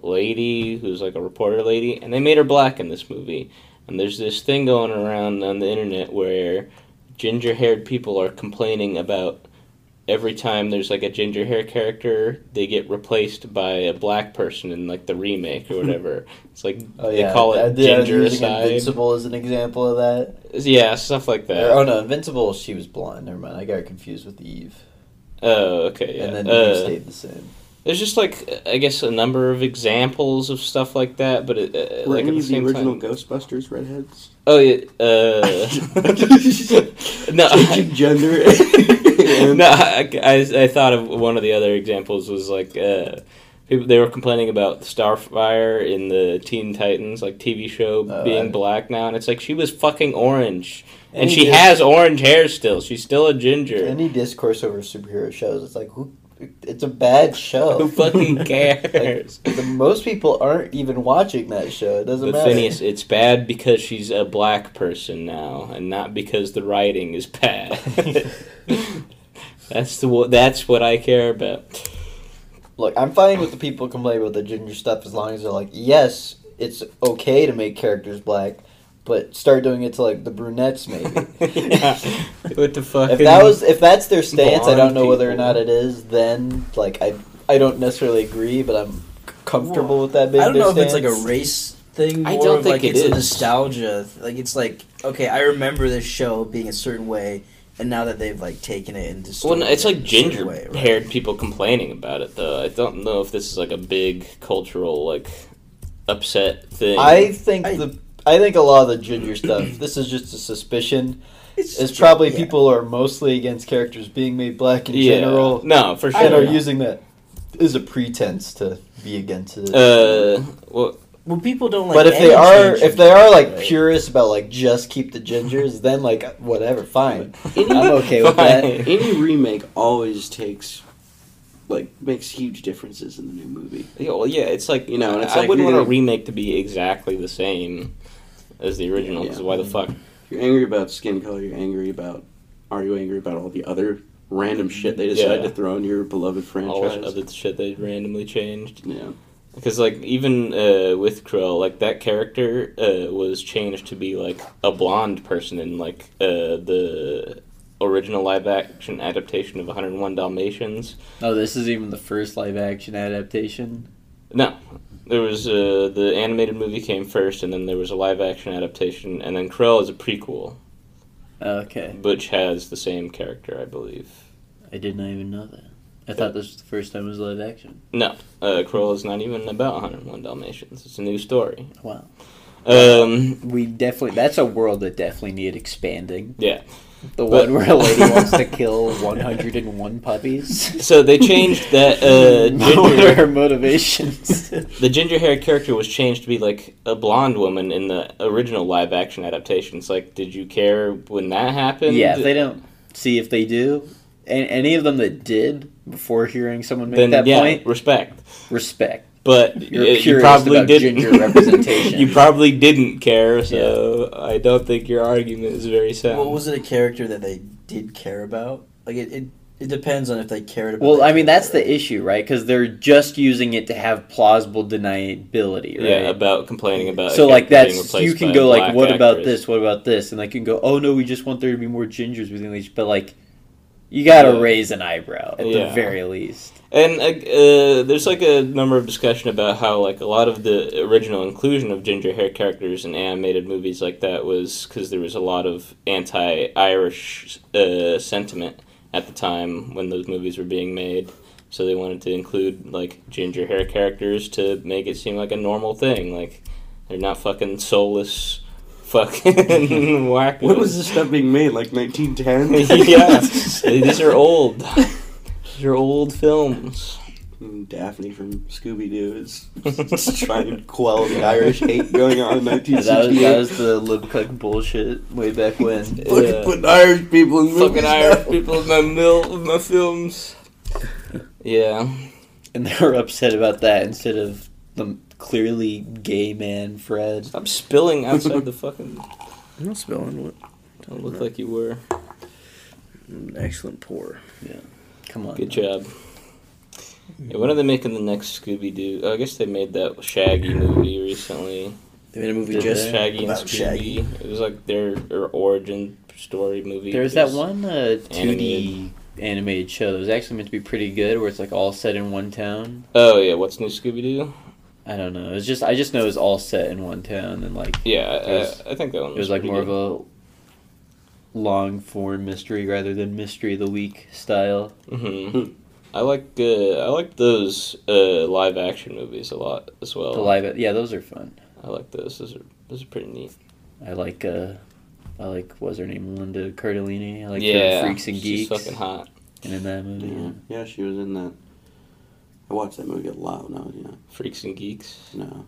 S3: lady who's like a reporter lady, and they made her black in this movie. And there's this thing going around on the internet where ginger haired people are complaining about every time there's like a ginger hair character, they get replaced by a black person in like the remake or
S4: [LAUGHS]
S3: whatever. it's like
S4: Oh
S3: they
S4: yeah,
S3: call it
S4: Uh, they- they're
S3: ginger
S4: using
S3: side.
S4: Invincible as an example of that.
S3: Yeah, stuff like that.
S4: Or- oh no, Invincible. She was blonde. Never mind. I got her confused with Eve.
S3: oh, okay, yeah.
S4: And then
S3: Uh,
S4: Eve stayed the same.
S3: There's just like I guess a number of examples of stuff like that, but it, uh,
S5: Were
S3: like at the
S5: any of the
S3: same
S5: original
S3: time.
S5: Ghostbusters redheads?
S3: Oh yeah.
S5: [LAUGHS]
S3: Uh, [LAUGHS] no. [LAUGHS]
S5: Changing gender.
S3: no, I, I, I thought of one of the other examples was like uh, people they were complaining about Starfire in the Teen Titans like TV show
S4: Oh,
S3: being
S4: I-
S3: black now, and it's like she was fucking orange, and
S6: Any
S3: she
S6: dis-
S3: has orange hair still. She's still a ginger.
S6: Any discourse over superhero shows, it's like who? It's a bad show. [LAUGHS]
S3: Who
S4: [LAUGHS]
S3: fucking cares?
S6: The- most people aren't even watching that show. It doesn't
S3: But
S6: matter.
S3: Phineas, it's bad because she's a black person now, and not because the writing
S6: [LAUGHS]
S3: is bad. that's the wo- that's what I
S6: [LAUGHS]
S3: care about.
S6: Look, I'm fine with the people complaining about the ginger stuff as long as they're like, yes, it's okay to make characters black, but start doing it to like the brunettes maybe.
S3: Yeah. What the fuck?
S6: if that was if that's their stance, I
S3: Blonde
S6: don't know whether or
S3: people.
S6: not it is. Then like I I don't necessily agree, but I'm comfortable with that. Being
S2: I don't
S6: their
S2: know if it's like
S6: stance.
S2: a race thing.
S3: I
S2: more
S3: don't
S2: of,
S3: think
S2: like
S3: it
S2: it's a
S3: is.
S2: nostalgia. Like it's like okay, I remember this show being a certain way, and now that they've like taken it and
S3: Well,
S2: distorted
S3: no, it's
S2: it
S3: like
S2: in a certain
S3: ginger
S2: way, right?
S3: haired people complaining about it, though. I don't know if this is like a big cultural, like, upset thing.
S6: I think
S2: I-
S6: the I think a lot of the ginger
S2: [CLEARS THROAT]
S6: stuff. This is just a suspicion.
S2: It's,
S6: Is probably
S2: yeah.
S6: people are mostly against characters being made black in
S3: yeah.
S6: general,
S3: No, for
S6: and are
S3: sure.
S6: using that as a pretense to be against it.
S3: uh, well,
S2: Well, people don't like.
S6: but if they
S2: any
S6: are,
S2: change
S6: if they are like
S2: right?
S6: purists about like just keep the gingers, then like whatever, fine.
S5: any,
S4: I'm okay with that.
S3: Fine.
S5: any remake always takes, like, makes huge differences in the new movie.
S3: yeah, well, yeah, it's like,
S5: You know, and it's
S3: I
S5: like
S3: wouldn't
S5: you're
S3: want a
S5: gonna-
S3: remake to be exactly the same as the original,
S5: Yeah.
S3: because why the fuck?
S5: If you're angry about skin color, you're angry about. Are you angry about all the other random shit they decide
S3: Yeah.
S5: to throw in your beloved
S3: All
S5: franchise?
S3: this other shit they randomly changed.
S5: yeah.
S3: Because, like, even uh, with Krill, like, that character uh, was changed to be, like, a blonde person in, like, uh, the original live action adaptation of 101 Dalmatians.
S4: Oh, this is even the first live action adaptation.
S3: No. There was uh, the animated movie came first, and then there was a live action adaptation, and then Krill is a prequel,
S4: Okay,
S3: which has the same character, I believe.
S4: I did not even know that. I thought this was the first time it was live action.
S3: No, uh, Krill is not even about 101 Dalmatians. It's a new story.
S4: Wow.
S3: Um,
S4: We definitely that's a world that definitely need expanding.
S3: yeah.
S4: The
S3: But-
S4: one where a lady
S2: [LAUGHS]
S4: wants to kill 101 puppies.
S3: So
S4: [LAUGHS]
S3: they changed that uh,
S4: what
S3: ginger
S4: are her
S2: [LAUGHS]
S4: motivations?
S3: The ginger haired character was changed to be like a blonde woman in the original live action adaptations. Like, did you care when that happened?
S4: yeah, if they don't see if they do, and any of them that did before hearing someone make
S3: then
S4: that
S3: yeah,
S4: point,
S3: respect.
S4: respect.
S3: But
S4: You're
S3: you- you
S4: curious
S3: probably
S4: about
S3: didn't.
S4: ginger
S3: [LAUGHS]
S4: representation.
S3: you probably didn't care, so I don't think your argument is very sound.
S2: Well, was it a character that they did care about? Like it, it, it depends on if they cared about.
S4: Well,
S2: that
S4: I mean that's the
S2: character.
S4: issue, right? Because they're just using it to have plausible deniability, right?
S3: Yeah, about complaining about. a
S4: so like
S3: character being
S4: that's
S3: replaced
S4: you can
S3: by a
S4: go like
S3: black
S4: what about
S3: actress.
S4: this what about this and like you can go oh no we just want there to be more gingers within each but like you gotta
S3: Yeah.
S4: raise an eyebrow at
S3: Yeah.
S4: the very least
S3: And uh, uh, there's like a number of discussion about how like a lot of the original inclusion of ginger hair characters in animated movies like that was because there was a lot of anti-Irish uh, sentiment at the time when those movies were being made. So they wanted to include like ginger hair characters to make it seem like a normal thing. Like they're not fucking soulless, fucking [LAUGHS] whack.
S5: When was this stuff being made? Like
S3: [LAUGHS]
S5: 1910? [LAUGHS]
S3: yeah, these are old. These are old films.
S5: Daphne from Scooby Doo is just trying to quell the Irish hate going on in 1968. [LAUGHS]
S4: the live cook bullshit way back
S3: [LAUGHS]
S4: when
S5: Fucking putting Irish people in movies
S3: uh, fucking Irish
S5: now.
S3: people in my mil- my films. Yeah,
S4: and they were upset about that instead of the clearly gay man Fred
S3: I'm spilling outside the fucking.
S2: I'm not spelling what.
S3: Don't look like you were.
S2: an excellent pour.
S4: come on
S3: Good
S4: man.
S3: job. Yeah, when are they making the next Scooby Doo? Oh, I guess they made that Shaggy movie recently.
S2: They made a movie
S4: Did
S2: just
S4: they?
S3: Shaggy and
S2: about
S3: Scooby.
S2: Shaggy.
S3: It was like their, their origin story movie.
S4: There's that
S3: Just-
S4: one uh, 2D animated show that was actually meant to be pretty good, where it's like all set in one town.
S3: Oh yeah, what's new Scooby Doo?
S4: I don't know. It's just I just know it was all set in one town, and like
S3: Yeah,
S4: There's-
S3: uh, I think that one.
S4: it was like more of a long form mystery rather than mystery of the week style.
S3: a. hmm I like uh, I like those uh, live action movies a lot as well.
S4: The live, yeah, those are fun.
S3: I like those. Those are those are pretty neat.
S4: I like, uh, I like, what's her name, Linda Cardellini. I like
S3: yeah,
S4: her Freaks and
S3: she's
S4: Geeks.
S3: fucking hot.
S4: And in that movie,
S5: [LAUGHS] Yeah. yeah, she was in that. I watched that movie a lot when I was young.
S3: Freaks and
S4: [LAUGHS]
S3: geeks. [LAUGHS]
S5: No,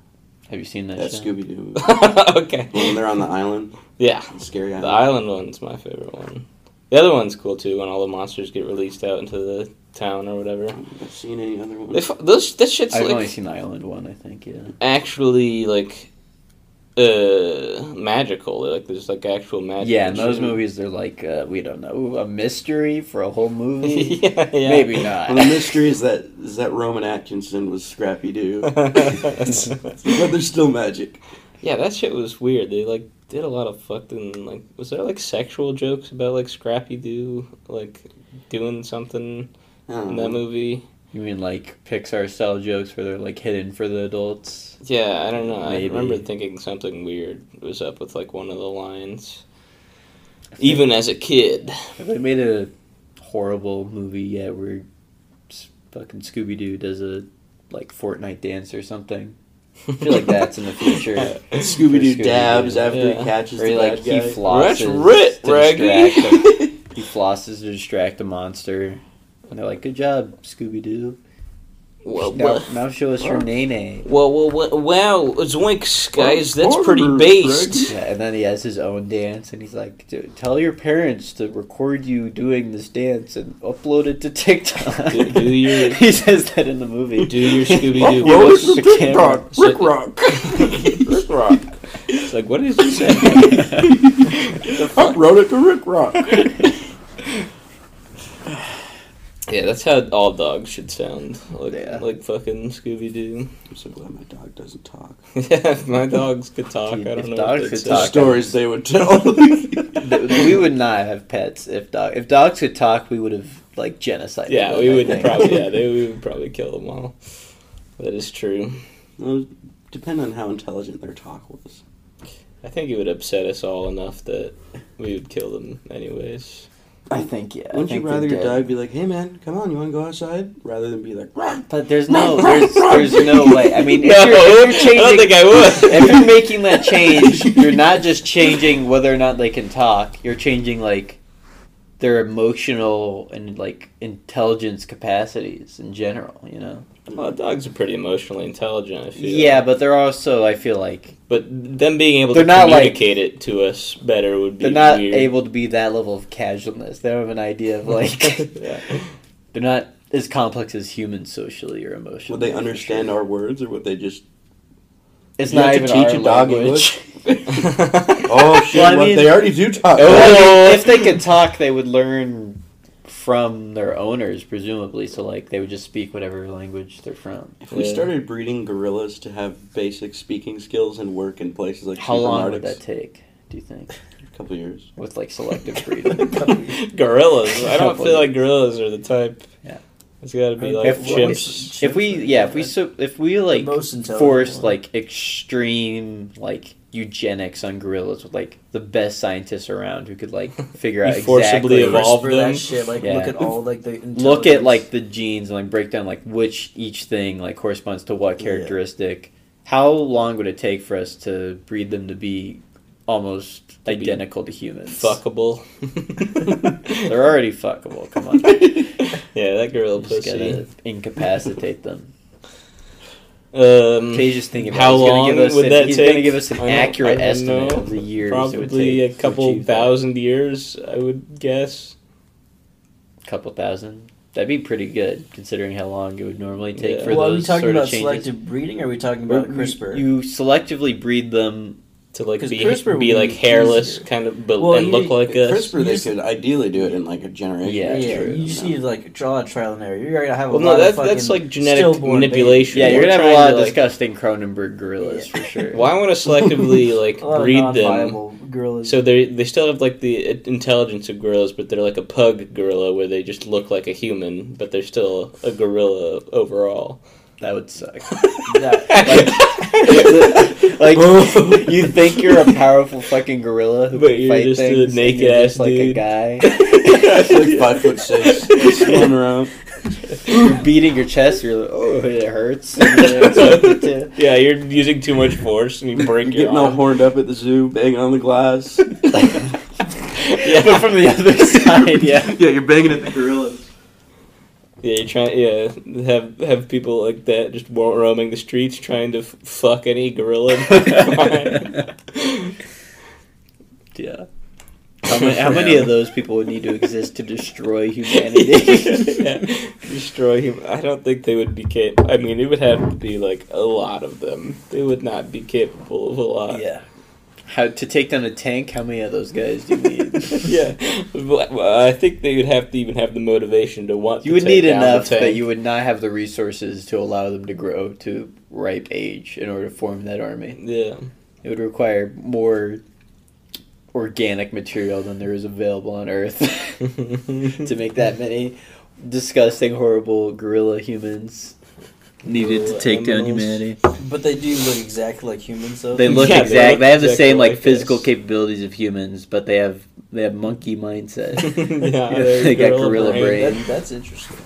S4: have you seen that?
S5: that
S4: show?
S5: Scooby Doo movie. when
S3: okay.
S5: they're on the island,
S3: Yeah,
S5: the scary
S3: the
S5: island.
S3: island one's my favorite one. The other one's cool too. When all the monsters get released out into the town or whatever.
S5: I've seen any other one.
S3: They, fu- those that shit's
S4: I've
S3: like
S4: only seen the Island one. I think. Yeah.
S3: actually like uh magical. Like there's like actual magic.
S4: Yeah, and
S3: shit.
S4: those movies, they're like, uh, we don't know, a mystery for a whole movie.
S3: [LAUGHS] [LAUGHS] yeah, yeah. [LAUGHS]
S4: Maybe not. [LAUGHS]
S5: Well, the mystery is that is that Roman Atkinson was Scrappy Doo, but there's still magic.
S3: yeah, that shit was weird. They like did a lot of fucking like was there like sexual jokes about like Scrappy Doo like doing something
S5: I don't
S3: in that
S5: know.
S3: movie?
S4: You mean like Pixar style jokes where they're like hidden for
S3: [LAUGHS]
S4: the adults?
S3: Yeah, I don't know. I
S4: Maybe.
S3: remember thinking something weird was up with like one of the lines. Even as a kid.
S4: Have they made a horrible movie yet where s- fucking Scooby Doo does a like Fortnite dance or something? I feel like that's in the [LAUGHS] future.
S5: Scooby Doo
S4: Scooby-Doo.
S5: dabs after
S3: Yeah.
S5: he catches
S4: Or
S5: the
S4: like
S5: bad
S4: he
S5: guy.
S3: Rich
S4: flosses
S3: Rit,
S4: to distract the-
S3: Reggie. [LAUGHS]
S4: he flosses to distract the monster, and they're like, "Good job, Scooby Doo."
S3: Well,
S4: Now,
S3: well,
S4: now show us your nay
S3: well, well, well, wow, Zoinks, guys, that's
S5: Well,
S3: pretty
S5: Rich
S3: based.
S4: [LAUGHS] Yeah, and then he has his own dance, and he's like, "D- "Tell your parents to record you doing this dance and upload it to [LAUGHS] TikTok."
S3: Do- do your-
S4: [LAUGHS] he says that in the
S3: [LAUGHS]
S4: movie. [LAUGHS]
S3: Do your Scooby Doo.
S4: Upload
S5: Roll it
S4: What's
S5: to
S4: the
S5: TikTok,
S3: camera?
S5: Rick Rock. Rick Rock.
S3: It's like, what is he
S4: [LAUGHS]
S3: saying?
S5: I wrote it to Rick [LAUGHS] Rock.
S3: yeah, that's how all dogs should sound. Like,
S4: Yeah.
S3: like fucking Scooby Doo.
S5: I'm so glad my dog doesn't talk.
S3: [LAUGHS] yeah, if my dogs could talk, I
S4: Dude,
S3: don't
S4: if
S3: know.
S4: dogs
S3: if
S4: could
S3: they'd
S5: The
S4: talk,
S3: say.
S5: stories they would tell.
S4: Th- we would not have pets if dog if dogs could talk. We would have like
S3: [LAUGHS]
S4: genocided.
S3: Yeah,
S4: them,
S3: we
S4: I
S3: would
S4: think.
S3: probably.
S4: [LAUGHS]
S3: Yeah, they we would probably kill them all. That is true.
S5: [LAUGHS] Well, Depend on how intelligent their talk was.
S3: I think it would upset us all enough that we would kill them anyways.
S4: I think yeah. I
S5: Wouldn't you
S4: think they're
S5: rather your
S4: dead.
S5: dog be like, "Hey man, come on, you want to go outside?" rather than be like, "Rock."
S4: But there's no there's there's no way. I mean,
S3: [LAUGHS]
S4: if
S3: No,
S4: you're, if you're
S3: I don't
S4: changing
S3: think I would.
S4: [LAUGHS] if
S3: [LAUGHS]
S4: you're making that change, you're not just changing whether or not they can talk. You're changing like their emotional and like intelligence capacities in general. You know.
S3: Well, dogs are pretty emotionally intelligent. I feel.
S4: Yeah, but they're also I feel like
S3: But them being able
S4: They're
S3: to
S4: not, like-
S3: communicate it to us better would be
S4: they're not
S3: weird.
S4: able to be that level of casualness. They don't have an idea of
S5: [LAUGHS]
S4: like
S3: [LAUGHS]
S4: [LAUGHS]
S3: yeah.
S4: they're not as complex as humans socially or emotionally.
S5: Would they
S4: for
S5: understand
S4: sure.
S5: our words, or would they [LAUGHS] just?
S4: It's
S5: You
S4: not
S5: have
S4: even
S5: to
S4: our
S5: teach a dog
S4: language.
S5: English?
S3: oh,
S5: Oh shit!
S4: Well, I
S5: what
S4: mean-
S5: they already do talk.
S4: Well, I
S3: Oh.
S4: mean, if they could talk, they would learn from their owners, presumably. So, like, they would just speak whatever language they're from.
S5: If we
S3: Yeah.
S5: started breeding gorillas to have basic speaking skills and work in places like
S4: How long would
S5: supermarkets,
S4: that take? Do you think
S5: a couple years.
S4: with like selective breeding?
S3: gorillas. I
S4: [LAUGHS]
S3: don't feel like gorillas are the type.
S4: Yeah.
S3: It's got to be like
S4: If-
S3: chimps.
S4: if we, yeah, if we, so, if we like
S2: most intelligent
S4: force
S2: one.
S4: like extreme like eugenics on gorillas with like the best scientists around who could like figure out
S3: You forcibly
S4: exactly
S3: evolve
S2: evolve
S3: them.
S2: that shit. Like
S4: Yeah.
S2: look at all like the
S4: look at
S2: intelligence.
S4: like the genes and like break down like which each thing like corresponds to what characteristic how long would it take for us to breed them to be almost identical to humans [LAUGHS]
S3: Fuckable.
S4: they're already fuckable come
S3: [LAUGHS]
S4: on
S3: yeah, that gorilla
S4: You just
S3: pussy.
S4: gotta incapacitate them
S3: Um,
S4: Page's thinking about
S3: how
S4: it. He's gonna
S3: long
S4: give us
S3: would
S4: an-
S3: that
S4: he's
S3: take?
S4: gonna give us an
S3: I don't-
S4: accurate
S3: I don't
S4: estimate
S3: know.
S4: of the years it would
S3: Probably
S4: take
S3: a
S4: to
S3: couple
S4: achieve that.
S3: thousand years, I would guess.
S4: couple thousand that'd be pretty good considering how long it would normally take
S3: Yeah.
S4: for
S2: well, are we
S4: those
S2: talking
S4: sort
S2: about
S4: of changes
S2: selective breeding? Or are we talking about
S4: You-
S2: CRISPR?
S4: you selectively breed them
S3: To like
S2: 'Cause
S3: be
S2: CRISPR
S3: be
S2: would
S3: like
S2: be
S3: hairless,
S2: easier.
S3: kind of, but
S2: Well,
S3: and
S2: you-
S3: look like us.
S5: CRISPR, they
S2: Yes.
S5: could ideally do it in like a generation.
S4: Yeah,
S2: yeah,
S4: true.
S2: you just
S5: No.
S2: need like draw a trial and error. You're gonna have a
S3: Well,
S2: lot
S3: no, that's
S2: of fucking
S3: that's like genetic
S2: stillborn
S3: manipulation.
S4: Yeah, you're
S3: We're
S4: gonna have a
S3: trying
S4: lot
S3: to,
S4: of
S3: like,
S4: disgusting Cronenberg gorillas
S2: Yeah.
S4: for
S3: [LAUGHS]
S4: sure.
S3: Well, I want to selectively
S2: babies.
S3: like
S2: A lot of
S3: breed them,
S2: non-viable gorillas.
S3: so they they still have like the uh, intelligence of gorillas, but they're like a pug gorilla where they just look like a human, but they're still a gorilla
S4: [LAUGHS]
S3: overall.
S4: That
S3: [LAUGHS]
S4: would suck.
S2: That-
S3: [LAUGHS]
S4: like you think you're a powerful fucking gorilla who
S3: But
S4: can
S3: you're
S4: fight
S3: just a
S4: things, and
S3: naked
S4: you're just
S3: ass [LAUGHS]
S4: like
S3: dude.
S5: [LAUGHS]
S4: a guy.
S5: Like five foot six, just running around.
S4: you're beating your chest. You're like, oh,
S3: [LAUGHS]
S4: it hurts. And then it's like, yeah. [LAUGHS]
S3: Yeah, you're using too much force and you break your
S5: Getting all
S3: arm.
S5: horned up at the zoo, banging on the glass.
S4: yeah, but from the other side, yeah.
S5: [LAUGHS] yeah, you're banging at the gorillas.
S3: Yeah, you're trying. Yeah, have have people like that just wa- roaming the streets trying to f- fuck any gorilla.
S4: [LAUGHS] Yeah. How many,
S3: [LAUGHS]
S4: how many of those people would need to exist to
S3: [LAUGHS]
S4: destroy humanity?
S3: Yeah, Destroy him. I don't think they would be capable. I mean, it would have to be like a lot of them. They would not be capable of a lot. [LAUGHS]
S2: yeah.
S4: how to take down a tank? How many of those guys do
S3: [LAUGHS]
S4: you need?
S3: yeah. But, well, I think they would have to even have the motivation to want.
S4: You
S3: to
S4: would
S3: take
S4: need
S3: down the
S4: enough that
S3: tank.
S4: you would not have the resources to allow them to grow to ripe age in order to form that army.
S3: Yeah.
S4: It would require more organic material than there is available on Earth [LAUGHS] [LAUGHS] to make that many disgusting, horrible gorilla humans.
S2: Needed to take down
S3: Animals.
S2: humanity.
S6: But they do look exactly like humans, though. [LAUGHS]
S4: They look
S3: Yeah, they
S4: exact. They,
S3: look
S4: have the
S3: exactly
S4: same like
S3: like
S4: physical
S3: us.
S4: capabilities of humans, but they have they have monkey
S3: [LAUGHS] [LAUGHS]
S4: mindset. [LAUGHS]
S3: yeah,
S4: They got gorilla brain.
S6: That, that's interesting.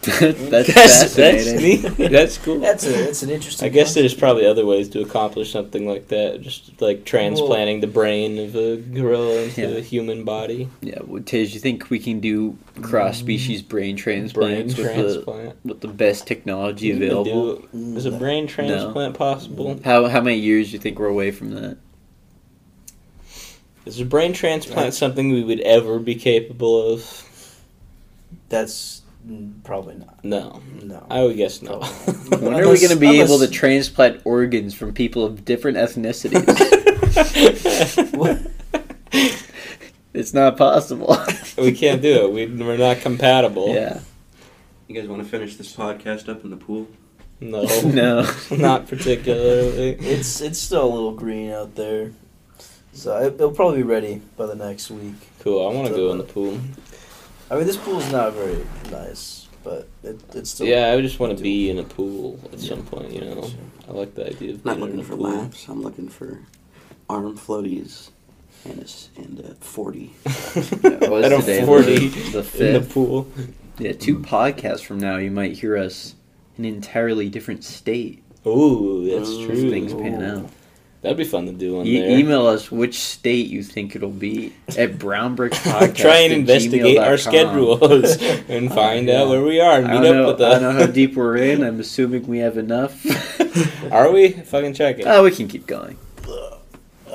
S4: that's
S3: That's that's,
S4: fascinating.
S3: neat. that's
S6: [LAUGHS]
S3: cool.
S6: That's a that's an interesting.
S3: I guess
S6: concept.
S3: there's probably other ways to accomplish something like that, just like transplanting the brain of a gorilla into
S4: Yeah.
S3: a human body.
S4: Yeah, well, Tej, you think we can do cross species
S3: Brain
S4: brain transplants with the
S3: transplant.
S4: with the best technology
S3: You can
S4: available?
S3: do it. Is a
S6: Mm,
S3: brain transplant possible?
S4: How how many years do you think we're away from that?
S3: Is a brain transplant something we would ever be capable of?
S6: that's mm, probably not.
S3: No,
S6: No.
S3: I would guess no.
S4: When are we
S6: Unless-
S4: going to be
S6: unless-
S4: able to transplant organs from people of different ethnicities?
S3: [LAUGHS]
S4: it's not possible.
S3: [LAUGHS] [LAUGHS] we can't do it. We, we're not compatible.
S4: yeah.
S5: You guys want to finish this podcast up in the pool?
S3: No.
S4: [LAUGHS] No.
S3: [LAUGHS] Not particularly.
S6: [LAUGHS] It's it's still a little green out there, so it, it'll probably be ready by the next week.
S3: Cool. I want to go in the pool.
S6: I mean, this pool's not very nice, but it, it's still
S3: Yeah, I just want to be in a pool at some point. You know, I like the idea of
S5: Not
S3: being in
S5: looking
S3: a
S5: for
S3: pool. [LAUGHS]
S5: laps. I'm looking for arm floaties and a, s- and a 40.
S4: Yeah, what is
S3: At a
S4: today? The-
S3: forty
S4: the
S3: in the
S4: fifth?
S3: pool.
S4: Yeah, two podcasts from now, you might hear us in an entirely different state.
S3: Ooh, that's
S5: Those
S3: true.
S4: Things E- pan out.
S3: That'd be fun to do on
S4: You
S3: there.
S4: email us which state you think it'll be
S3: [LAUGHS]
S4: at brownbrickpodcast.
S3: Try and investigate our schedules and
S4: [LAUGHS] Oh,
S3: find
S4: yeah.
S3: out where we are and
S4: I
S3: meet
S4: don't, know,
S3: up with
S4: I don't know how
S3: [LAUGHS] us.
S4: deep we're in. I'm assuming we have
S3: [LAUGHS]
S4: enough.
S3: Are we? Fucking check it.
S4: oh, we can keep going. But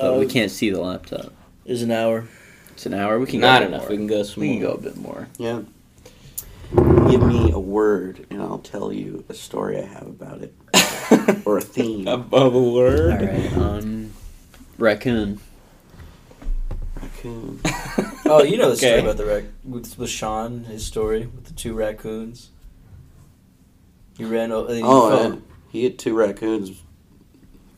S3: Um,
S4: we
S6: Uh,
S4: can't see the laptop.
S6: There's an hour.
S4: It's an hour. We can
S3: Not
S4: go a bit
S3: enough.
S4: more.
S3: We can go some
S4: We can
S3: more.
S4: go
S3: [LAUGHS]
S4: a bit more.
S5: Yeah. Give me a word and I'll tell you a story I have about it or a theme.
S3: Above a
S4: All
S3: word.
S4: right. Um, raccoon.
S5: Raccoon.
S3: [LAUGHS]
S6: Oh, you know the story
S3: Okay.
S6: about the rac- with, with Sean, his story with the two raccoons. He ran over. He
S5: Oh,
S6: fell-
S5: and he hit two raccoons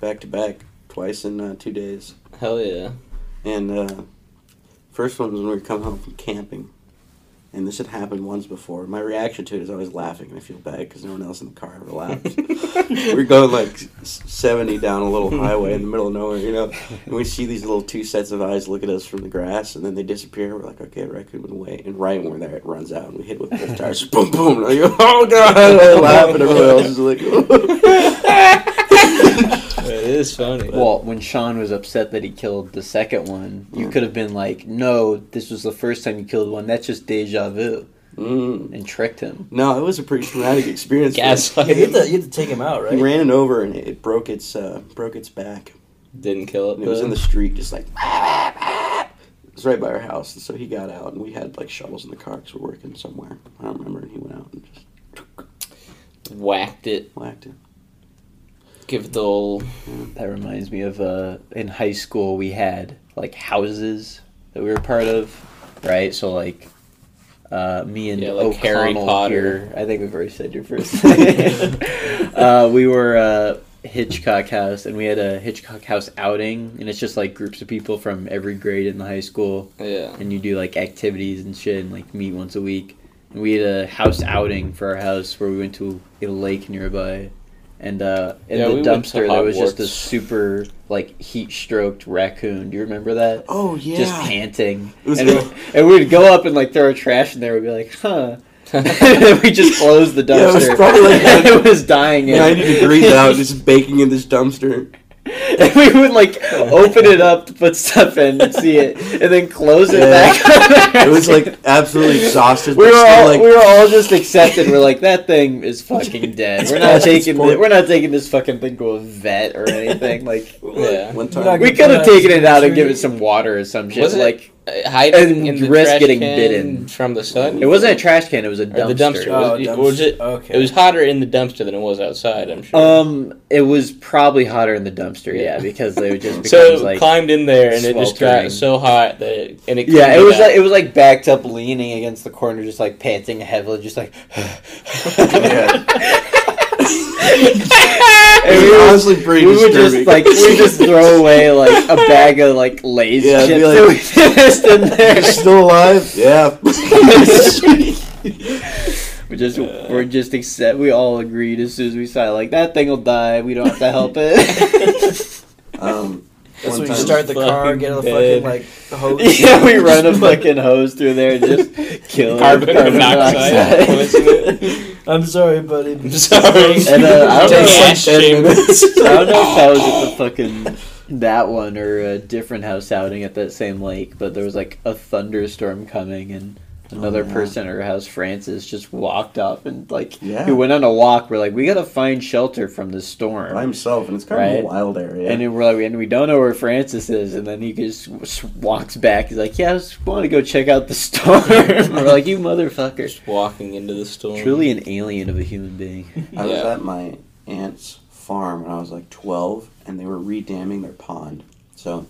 S5: back to back twice in uh, two days.
S3: Hell yeah.
S5: And uh, first one was when we were coming home from camping. And this had happened once before. My reaction to it is always laughing, and I feel bad because no one else in the car
S2: [LAUGHS]
S5: ever laughs. we [LAUGHS] were going like
S6: [LAUGHS]
S5: s- 70 down a little highway in the middle of nowhere, you know. And we see these little two sets of eyes look at us from the grass, and then they disappear. We're like, okay, raccoon went away. And right when we're there, it runs out, and we hit it with both tires. boom, boom. And I go, oh, God. And I laugh, and everyone else is like, [LAUGHS]
S3: It is funny.
S4: Well, when Sean was upset that he killed the second one,
S3: Mm.
S4: you could have been like, "No, this was the first time you killed one. That's just deja vu,"
S5: mm.
S4: and tricked him.
S5: No, it was a pretty traumatic experience. for us.
S6: Yeah, you,
S3: Gaslighting.
S6: had to, you had to take him out, [LAUGHS]
S5: He [LAUGHS]
S6: right?
S5: ran it over, and it, it broke its uh, broke its back.
S3: Didn't kill it.
S5: And it was
S3: though.
S5: in the street, just like. [LAUGHS] it was right by our house, and so he got out, and we had like shovels in the car because we're working somewhere. I don't remember, and he went out and just
S3: Whacked it.
S5: whacked it.
S3: Give it the old.
S4: That reminds me of uh, in high school we had like houses that we were part of, right? So like, uh, me and
S3: Yeah, like Harry
S4: O'Connell
S3: Potter.
S4: here- I think we've already said your first.
S3: [LAUGHS]
S4: name. uh, we were uh, Hitchcock House, and we had a Hitchcock House outing, and it's just like groups of people from every grade in the high school.
S3: Yeah.
S4: and you do like activities and shit and like meet once a week. And we had a house outing for our house where we went to a lake nearby. And uh, in
S3: Yeah,
S4: the
S3: we went to
S4: dumpster, there was just a
S3: Hogwarts.
S4: super like heat stroked raccoon. Do you remember that?
S5: Oh yeah,
S4: Just panting.
S5: It was
S4: [LAUGHS] and, we, and we'd go up and like throw our trash in there. We'd be like, huh. [LAUGHS]
S6: [LAUGHS]
S4: we just closed the
S5: [LAUGHS] Yeah, it was
S4: dumpster.
S5: probably
S4: [LAUGHS]
S5: like
S4: it was dying. in.
S5: 90 degrees out, just baking in this dumpster.
S4: [LAUGHS] And we would like open it up to put stuff in and see it, and then close it
S5: Yeah.
S4: back.
S5: It was like absolutely exhausted.
S4: we
S5: but
S4: were
S5: still,
S4: all
S5: like,
S4: we were all just accepted. We're like that thing is fucking
S3: [LAUGHS]
S4: dead. We're not
S5: past its
S4: taking
S5: point.
S4: thi- we're not taking this fucking thing to a vet or
S3: [LAUGHS]
S4: anything. Like
S3: Yeah.
S2: You're
S5: one
S2: not
S5: time.
S4: we
S2: Like,
S4: could have
S2: uh,
S4: taken it out and
S2: surgery.
S4: given it some water or some shit.
S3: Was it-
S4: like
S3: Uh, hiding
S4: And
S3: in the
S4: risk
S3: trash
S4: getting
S3: can
S4: bitten.
S3: from the sun.
S4: it wasn't a trash can. It was a
S3: Or the
S4: dumpster.
S6: Oh,
S3: dumpster. was- it was it-
S2: okay.
S3: It was hotter in the dumpster than it was outside. I'm sure.
S4: Um, it was probably hotter in the dumpster. Yeah,
S3: Yeah.
S4: because they would
S3: [LAUGHS]
S4: just
S3: so
S4: becomes
S3: it
S4: like
S3: climbed in there and it just
S4: sweltering.
S3: got so hot that it, and it
S4: Yeah, it
S3: cleaned
S4: was
S3: up.
S4: like it was like backed up, leaning against the corner, just like panting heavily, just like. [LAUGHS]
S5: Yeah.
S4: And we
S5: It was
S4: would,
S5: honestly pretty
S4: we would
S5: disturbing.
S4: just
S5: [LAUGHS]
S4: like we would just throw away like a bag of like Lay's
S5: Yeah, it'd
S4: chips
S5: be
S4: that we [LAUGHS] finished
S5: [LAUGHS]
S4: in
S5: You're
S4: there.
S5: still alive?
S4: [LAUGHS]
S5: Yeah.
S4: We just we're just accept. We all agreed as soon as we saw it, like that thing will die. We don't have to help
S5: [LAUGHS]
S4: it. [LAUGHS]
S5: um,
S6: That's
S5: one
S6: when you
S5: time-
S6: start the car,
S3: Fucking
S6: get on the
S3: bed.
S6: fucking like hose.
S4: yeah, we run a fucking hose through there and
S5: [LAUGHS]
S4: just kill it.
S3: carbon, [LAUGHS] monoxide.
S4: [LAUGHS]
S6: I'm sorry, buddy. but-
S3: I'm sorry.
S4: And, uh,
S3: [LAUGHS]
S4: I don't know,
S3: Take
S4: like,
S3: ash
S5: ten
S3: chamber.
S4: I don't know if that was at
S5: [LAUGHS]
S4: the fucking that one or a different house outing at that same lake, but there was like a thunderstorm coming and another
S5: Oh, yeah.
S4: person at her house, Francis, just walked up and like
S5: Yeah.
S4: he went on a walk. We're like, we gotta find shelter from the storm.
S5: by himself, and it's kind of
S4: Right.
S5: a wild area.
S4: and then we're like, and we don't know where Francis is. And then he just s- walks back. He's like, yeah, I just want to go check out the [LAUGHS] storm. we're like, you motherfucker.
S3: Just walking into the storm.
S4: Truly an alien of a human being.
S5: I was
S3: Yeah.
S5: at my aunt's farm when I was like 12, and they were redamming their pond. So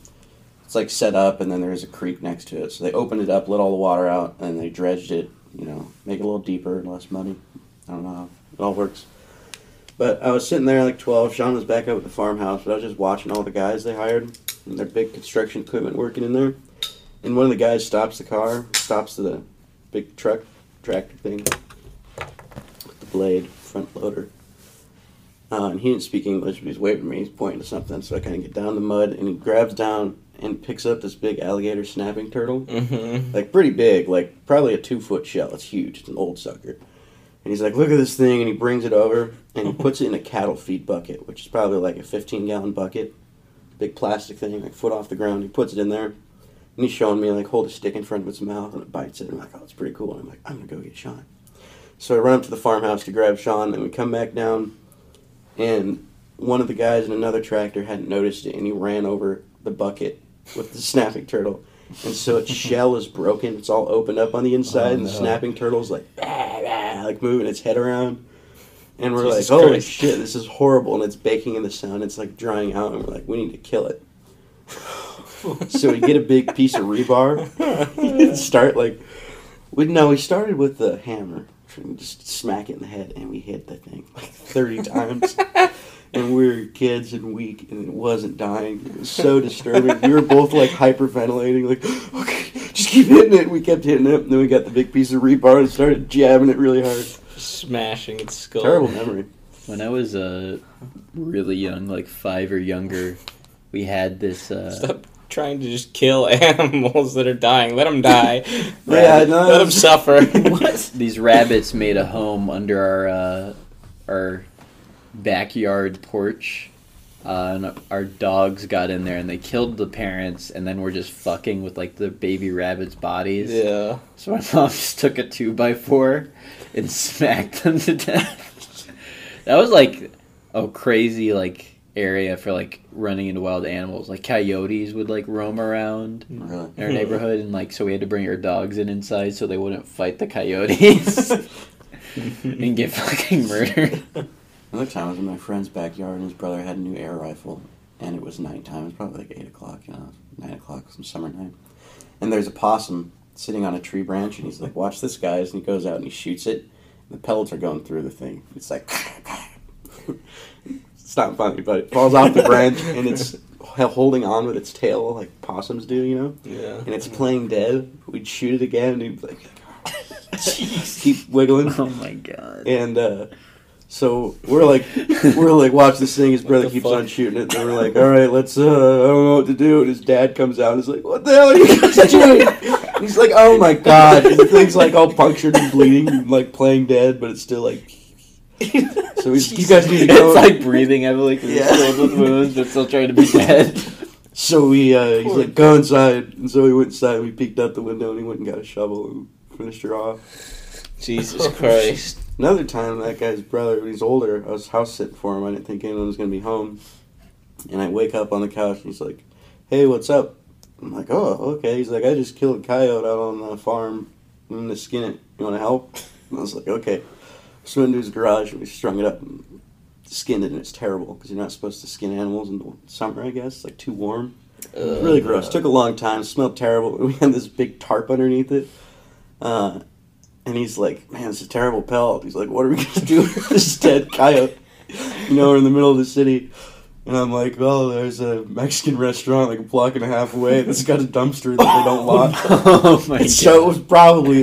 S5: it's like set up, and then there's a creek next to it. So they opened it up, let all the water out, and then they dredged it, you know, make it a little deeper and less muddy. I don't know how it all works. But I was sitting there like 12. Sean was back up at the farmhouse, but I was just watching all the guys they hired and their big construction equipment working in there. And one of the guys stops the car, stops the big truck, tractor thing with the blade, front loader. Uh, and he didn't speak English, but he's waving at me. He's pointing to something, so I kind of get down in the mud, and he grabs down and picks up this big alligator snapping turtle,
S3: Mm-hmm.
S5: like pretty big, like probably a two foot shell. It's huge. It's an old sucker. And he's like, "Look at this thing!" And he brings it over and he puts it in a cattle feed bucket, which is probably like a fifteen gallon bucket, big plastic thing, like foot off the ground. He puts it in there, and he's showing me like hold a stick in front of its mouth and it bites it. And I'm like, "Oh, it's pretty cool." And I'm like, "I'm gonna go get Sean." So I run up to the farmhouse to grab Sean, and we come back down, and one of the guys in another tractor hadn't noticed it, and he ran over the bucket with the snapping turtle, and so
S3: [LAUGHS]
S5: its shell is broken. It's all opened up on the inside,
S3: Oh,
S5: and the
S6: no.
S5: snapping turtle's like, "Ah, ah," like moving its head around, and we're
S3: Jesus
S5: like, "Holy
S3: Christ.
S5: shit, this is horrible!" And it's baking in the sun. It's like drying out, and we're like, "We need to
S3: [LAUGHS]
S5: kill it." so we get a big piece of rebar
S3: [LAUGHS]
S5: [LAUGHS] and start like we no we started with the hammer and just smack it in the head and we hit the thing like 30 times and we were kids and weak and it wasn't dying it was so disturbing we were both like hyperventilating like okay just keep hitting it we kept hitting it and then we got the big piece of rebar and started jabbing it really hard
S3: Smashing its skull.
S5: terrible memory
S4: When I was uh, really young, like five or younger, we had this. Uh,
S3: Stop trying to just kill [LAUGHS] animals that are dying. Let them
S4: [LAUGHS]
S3: die.
S5: yeah no,
S3: Let them suffer.
S4: These rabbits made a home under our uh, our backyard porch, uh, and our dogs got in there and they killed the parents, and then we're just fucking with like the baby rabbits' bodies.
S3: Yeah.
S4: So my mom just took a two by four and smacked them to death. that was like a crazy like area for like running into wild animals. Like coyotes would like roam around
S5: really
S4: in our neighborhood, and like so we had to bring our dogs in inside so they wouldn't fight the coyotes and get fucking murdered.
S5: Another time I was in my friend's backyard and his brother had a new air rifle and it was nighttime. It was probably like 8 o'clock, you know, 9 o'clock, some summer night. And there's a possum sitting on a tree branch and he's like, watch this, guys. And he goes out and he shoots it. And the pellets are going through the thing. It's like, [LAUGHS] it's not funny, but it falls off the branch and it's holding on with its tail like possums do, you know?
S3: Yeah.
S5: and it's playing dead, we'd shoot it [LAUGHS] again, and he'd be like, keep wiggling.
S4: Oh my god!
S5: And uh, So we're like, we're like, watch this thing. His brother
S3: the
S5: keeps
S3: fuck?
S5: on shooting it. And we're like, all right, let's. Uh, I don't know what to do. And his dad comes out. and is like, what the hell are
S2: [LAUGHS]
S5: you [LAUGHS] guys doing? And he's like, oh my god. And the thing's like all punctured and bleeding, and like playing dead, but it's still like. So he's, you guys need to go.
S4: [LAUGHS] It's like breathing heavily because
S5: Yeah.
S4: it's filled with wounds, but still trying to be dead.
S5: So we, uh, he's like, go inside. And so we went inside. and We peeked out the window, and he went and got a shovel and finished her off.
S4: Oh,
S3: Jesus Christ.
S5: Another time, that guy's brother, when he's older, I was house sitting for him. I didn't think anyone was going to be home. And I wake up on the couch, and he's like, hey, what's up? I'm like, oh, okay. He's like, I just killed a coyote out on the farm. I'm going to skin it. You want to help? [LAUGHS] And I was like, okay. So we went into his garage, and we strung it up and skinned it, and it's terrible because you're not supposed to skin animals in the summer, I guess. It's like too warm. It was really gross. Took a long time. Smelled terrible. [LAUGHS] We had this big tarp underneath it. Uh, and he's like, man, it's a terrible pelt. He's like, what are we going to do with this dead coyote? [LAUGHS] You know, we're in the middle of the city. And I'm like, well, there's a Mexican restaurant like a block and a half away that's got a dumpster that they don't lock.
S4: oh [LAUGHS] my
S5: And so it was probably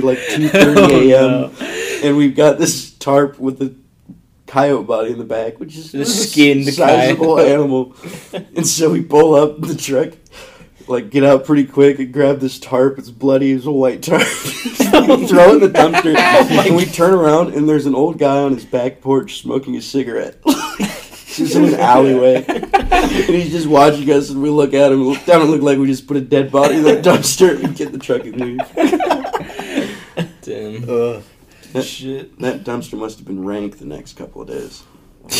S4: [LAUGHS]
S5: like 2.30
S4: Oh,
S5: a.m.
S4: no.
S5: And we've got this tarp with the coyote body in the back, which is
S4: The skinned
S5: sizable
S4: coyote. [LAUGHS]
S5: animal. And so we pull up the truck, like get out pretty quick and grab this tarp. It's bloody. It's a white tarp. [LAUGHS]
S4: [LAUGHS] Oh,
S5: we throw it in the dumpster. and we turn around and there's an old guy on his back porch smoking a cigarette. [LAUGHS] Just in an
S4: [LAUGHS]
S5: alleyway, and he's just watching us, and we look at him. It doesn't look like we just put a dead body in the [LAUGHS] dumpster and get the truck and leave.
S3: Damn.
S2: [LAUGHS]
S6: Shit.
S5: That dumpster must have been rank the next couple of days.
S3: [LAUGHS]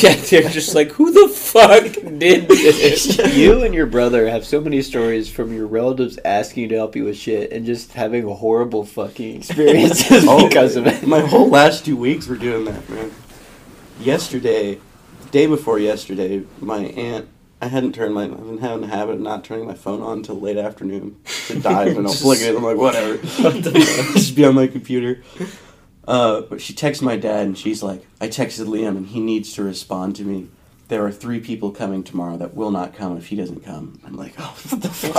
S3: Yeah, they're just like, who the fuck did this?
S4: [LAUGHS] you and your brother have so many stories from your relatives asking you to help you with shit and just having horrible fucking [LAUGHS] experiences
S5: [LAUGHS] Oh,
S4: because of it.
S5: My whole last two weeks were doing that, man. Yesterday, the day before yesterday, my aunt. I hadn't turned my. I've been having a habit of not turning my phone on until late afternoon. It dies
S4: [LAUGHS]
S5: and I'll flick it. I'm like, whatever. [LAUGHS] Just be on my computer. Uh, but she texts my dad and she's like, I texted Liam and he needs to respond to me. There are three people coming tomorrow that will not come if he doesn't come. I'm like, oh, [LAUGHS] what the fuck?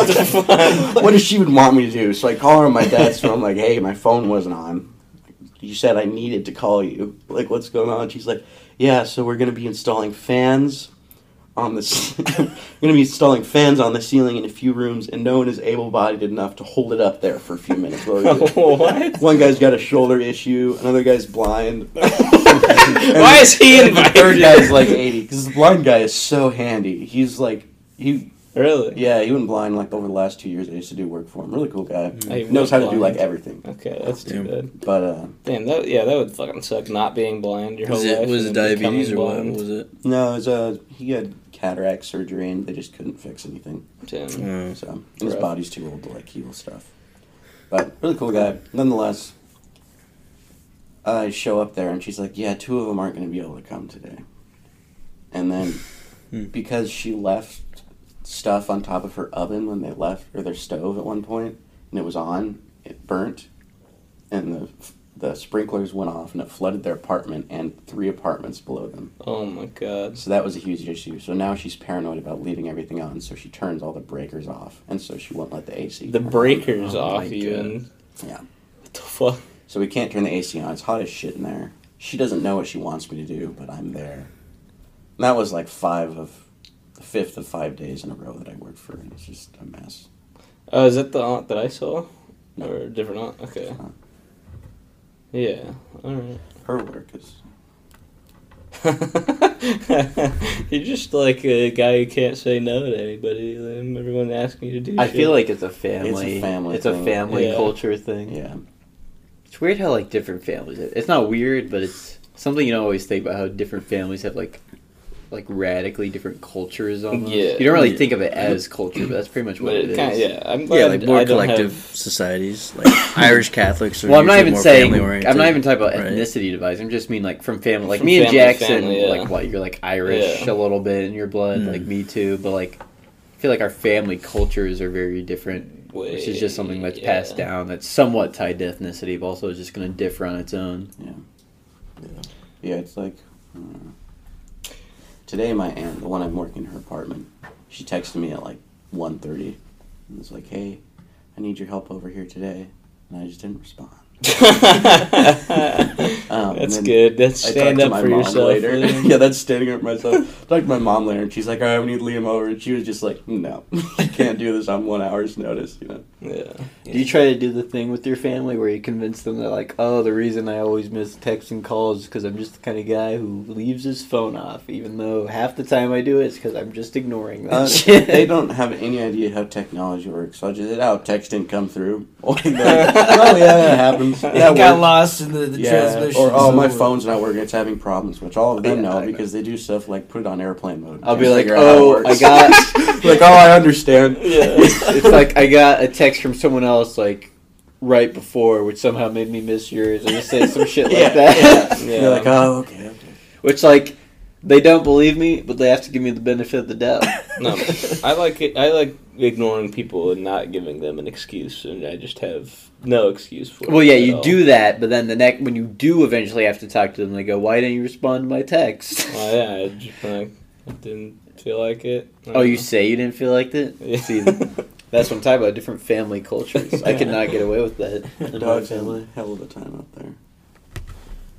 S5: what,
S4: [LAUGHS]
S5: does she even want me to do? So I call her on my dad's phone. I'm like, hey, my phone wasn't on. You said I needed to call you. Like, what's going on? She's like, yeah, so we're going to be installing fans on the ce- [LAUGHS] we're going to be installing fans on the ceiling in a few rooms and no one is able-bodied enough to hold it up there for a few minutes while we do it."
S3: [LAUGHS] what?
S5: One guy's got a shoulder issue, another
S3: [LAUGHS]
S5: guy's blind.
S3: Why is he
S5: The
S3: invited?
S5: third guy's like 80, because the blind guy is so handy. He's like, he,
S3: [LAUGHS] Really?
S5: yeah, he went blind like over the last two years. I used to do work for him. Really cool guy.
S3: I
S5: Knows
S3: went
S5: how to do
S3: blind.
S5: like everything.
S3: Okay, that's too
S2: Damn.
S3: bad.
S5: But, uh,
S3: Damn, that yeah, that would fucking suck. Not being blind your whole
S2: Was it
S3: life.
S2: was it
S3: and then
S2: diabetes or
S3: becoming
S2: what
S3: blind.
S2: was it?
S5: no, it was, uh, he had cataract surgery and they just couldn't fix anything.
S3: Damn.
S2: Uh,
S5: So, and his
S3: Rough.
S5: body's too old to like heal stuff. But, really cool guy. Nonetheless, I show up there and she's like, yeah, two of them aren't going to be able to come today. And then
S2: Hmm.
S5: because she left stuff on top of her oven when they left or their stove at one point and it was on, it burnt and the the sprinklers went off and it flooded their apartment and three apartments below them.
S3: Oh my god.
S5: So that was a huge issue. So now she's paranoid about leaving everything on, so she turns all the breakers off and so she won't let the AC.
S3: The
S5: turn on.
S3: breakers
S2: Oh my
S3: off even.
S5: Yeah.
S3: What the fuck?
S5: So we can't turn the AC on. It's hot as shit in there. She doesn't know what she wants me to do, but I'm there. And that was like five of the fifth of five days in a row that I worked for, and it's just a mess.
S3: Oh, is that the aunt that I saw?
S5: No.
S3: Or a different aunt? Okay.
S5: Aunt.
S3: Yeah. Alright. [LAUGHS]
S5: Her work is
S3: You're just like a guy who can't say no to anybody. Liam. Everyone asking you to do
S4: I
S3: shit.
S4: feel like it's a family.
S5: It's a family
S4: It's a
S5: thing.
S4: family
S3: Yeah.
S4: culture thing.
S5: yeah.
S4: It's weird how like different families. It's not weird, but it's something you don't always think about how different families have like like radically different cultures almost.
S3: Yeah.
S4: You don't really
S2: Yeah.
S4: think of it as culture, but that's pretty much what
S3: But
S4: it
S3: it
S4: is.
S3: kind of, yeah. I'm glad
S2: yeah, like more
S3: I don't
S2: collective
S3: Have,
S2: societies, [LAUGHS] like Irish Catholics. Are
S4: Well, I'm not
S2: usually
S4: even
S2: more
S4: saying
S2: family-oriented.
S4: I'm not even talking about
S2: Right.
S4: ethnicity divides. I'm just mean like from family, like
S3: From
S4: me and
S3: family,
S4: Jackson,
S3: family, yeah.
S4: like what you're like Irish
S3: Yeah.
S4: a little bit in your blood,
S2: Mm.
S4: like me too. But like, I feel like our family cultures are very different, which is just something that's
S3: yeah.
S4: passed down that's somewhat tied to ethnicity, but also is just going to differ on its own.
S5: Yeah, it's like. I don't know. Today, my aunt, the one I'm working in her apartment, she texted me at like 1.30 and was like, hey, I need your help over here today. And I just didn't respond. Um,
S3: That's
S5: and then
S3: good. That's
S5: I
S3: stand
S5: talked
S3: up
S5: to my
S3: for
S5: mom
S3: yourself.
S5: later.
S3: Liam.
S5: [LAUGHS] yeah, that's standing up for myself. I talked to my mom later, and she's like, "All right, we need Liam over," and she was just like, "No, [LAUGHS] you can't do this on one hour's notice." You know.
S3: [LAUGHS] Yeah.
S4: Do you try to do the thing with your family where you convince them that like, oh, the reason I always miss texts and calls is because I'm just the kind of guy who leaves his phone off, even though half the time I do it is because I'm just ignoring that [LAUGHS]
S5: Uh,
S4: shit.
S5: [LAUGHS] they don't have any idea how technology works. So I just said, "Oh, text didn't come through." [LAUGHS] Or,
S3: [LAUGHS]
S5: they're like, [LAUGHS] oh yeah,
S2: [LAUGHS]
S5: that happens.
S2: It
S5: That
S2: got
S5: works.
S2: lost in the, the transmission.
S5: Or oh, my
S2: over.
S5: phone's not working. It's having problems, which all of them
S2: Yeah,
S5: know
S2: I know.
S5: because they do stuff like put it on airplane mode.
S4: I'll be
S5: Just
S4: like,
S5: figure out how it
S4: oh,
S5: works.
S4: I got.
S5: [LAUGHS] like, oh, I understand.
S4: it's like I got a text from someone else like right before, which somehow made me miss yours, and just say some shit like
S5: [LAUGHS] Yeah,
S4: that.
S3: Yeah.
S5: You're like, oh, okay. okay.
S4: [LAUGHS] which like they don't believe me, but they have to give me the benefit of the
S5: [LAUGHS]
S4: doubt.
S2: [LAUGHS]
S3: No, I like it. I like ignoring people and not giving them an excuse, and I just have no excuse for.
S4: Well,
S3: it
S4: yeah,
S3: at
S4: you
S3: all.
S4: do that, but then the next when you do eventually have to talk to them, they go, "Why didn't you respond to my text?"
S3: Well, yeah, I just like didn't feel like it. I
S4: [LAUGHS] oh, you
S3: don't
S4: say you didn't feel like that?
S3: know. Yeah.
S4: See, that's what I'm talking about. Different family cultures.
S5: [LAUGHS]
S4: I could not get away with that. in my
S5: The dog's had
S4: family.
S5: a hell of a time out there.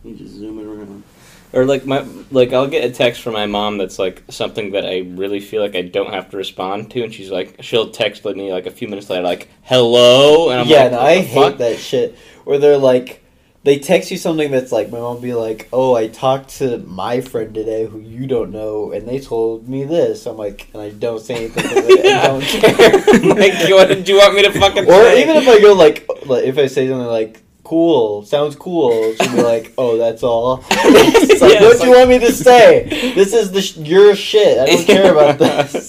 S5: You just zoom
S4: [LAUGHS]
S5: it around.
S3: [LAUGHS] or like my like I'll get a text from my mom that's like something that I really feel like I don't have to respond to, and she's like she'll text with me like a few minutes later like hello, and I'm
S6: yeah,
S3: like
S6: no,
S3: "What
S6: I
S3: the
S6: hate
S3: fuck?"
S6: that shit. Where they're like, they text you something that's like, my mom will be like, oh, I talked to my friend today who you don't know, and they told me this. I'm like, and I don't say anything. 'cause I- I
S2: [LAUGHS]
S3: [LAUGHS]
S6: don't care.
S3: like, what did you want me to
S6: [LAUGHS]
S3: fucking
S6: or
S3: say?
S6: even if I go like, like, if I say something like, cool, sounds cool, she'll be like, oh, that's all. [LAUGHS] it's like,
S3: Yeah,
S6: what
S3: it's
S6: do you want me to say? This is the sh- your shit. I don't
S3: [LAUGHS]
S6: care about this.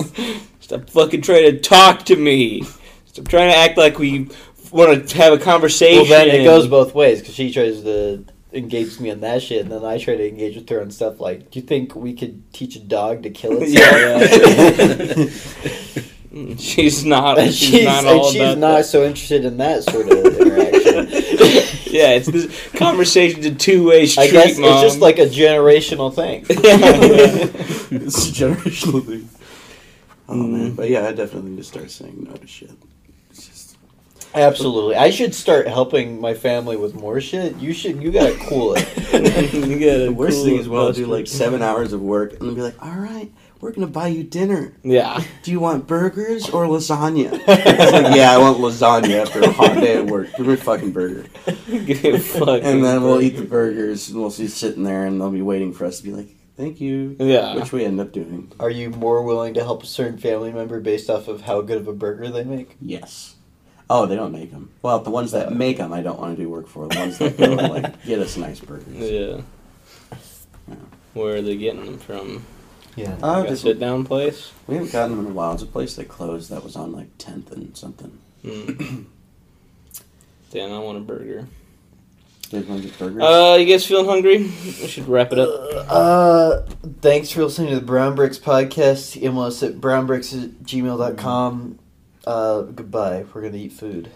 S3: Stop fucking trying to talk to me. Stop trying to act like we want to have a conversation.
S6: Well, then it goes both ways because she tries to engage me on that shit, and then I try to engage with her on stuff like, "Do you think we could teach a dog to kill
S2: [LAUGHS]
S6: itself?"
S3: Mm, She's
S6: [LAUGHS]
S3: not.
S6: and
S3: She's,
S6: she's,
S3: not
S6: and
S3: all
S6: she's
S3: about
S6: not
S3: that.
S6: so interested in that sort of interaction.
S2: [LAUGHS]
S3: [LAUGHS] Yeah,
S6: [LAUGHS]
S3: it's this conversation's a two way street.
S6: I guess
S3: Mom.
S6: it's just like a generational thing.
S3: [LAUGHS]
S5: [LAUGHS]
S2: [LAUGHS]
S5: it's a generational thing. Oh
S4: Mm-hmm.
S5: man, but yeah, I definitely need to start saying no to shit. It's just
S4: [LAUGHS]
S6: Absolutely, I should start helping my family with more shit. You should. You gotta cool
S2: [LAUGHS]
S3: [LAUGHS]
S6: it.
S3: you got
S5: the worst thing as well. Do like seven hours of work and then be like, all right, we're gonna buy you dinner.
S3: yeah. [LAUGHS]
S5: Do you want burgers or lasagna? It's like, [LAUGHS] yeah, I want lasagna after a hot day at work. Give me a fucking burger.
S3: Give me a fucking
S5: And then we'll
S3: break.
S5: eat the burgers and we'll be sitting there and they'll be waiting for us to be like, thank you.
S3: Yeah.
S5: Which we end up doing.
S6: Are you more willing to help a certain family member based off of how good of a burger they make?
S5: Yes. Oh, they don't make them. Well, the ones that make them, I don't want to do work for. The ones that go and,
S3: [LAUGHS]
S5: like get us nice burgers.
S3: Yeah. Where are they getting them from?
S6: Yeah.
S5: Oh,
S3: Like a
S5: just-
S3: sit down place?
S5: we haven't gotten them in a while. It's a place that closed that was on like tenth and something. [CLEARS THROAT]
S3: Mm. Dan, I want a burger.
S5: Did you want to get burgers?
S3: Uh, you guys feeling hungry? We should wrap it up.
S6: Uh, thanks for listening to the Brown Bricks podcast. Email us at brownbricks at gmail.com. Uh, goodbye. We're going to eat food.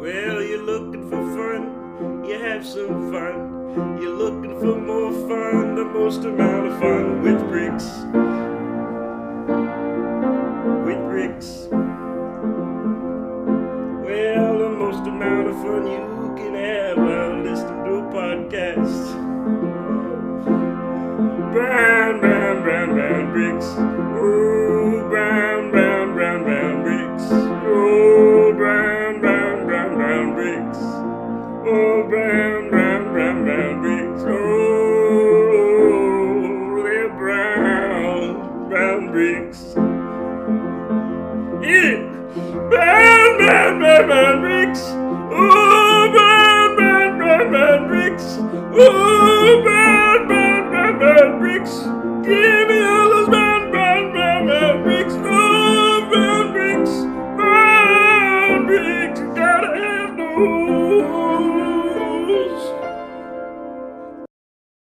S8: Well, you're looking for fun, you have some fun. You're looking for more fun, the most amount of fun with bricks. With bricks. Well, the most amount of fun you can have while listening to a podcast. Brown, brown, brown, brown bricks. Oh, brown, brown, brown, brown bricks. Oh, brown, brown, brown, brown bricks. Oh, brown, brown, brown, brown bricks. Oh, they're brown, brown bricks. Eat it! Brown, brown, brown, brown bricks. Oh, brown, brown, brown, brown bricks. Oh, brown, brown, brown, brown bricks. Give me all those brown, brown, brown, brown bricks. Oh, brown bricks. Brown bricks. Gotta have those.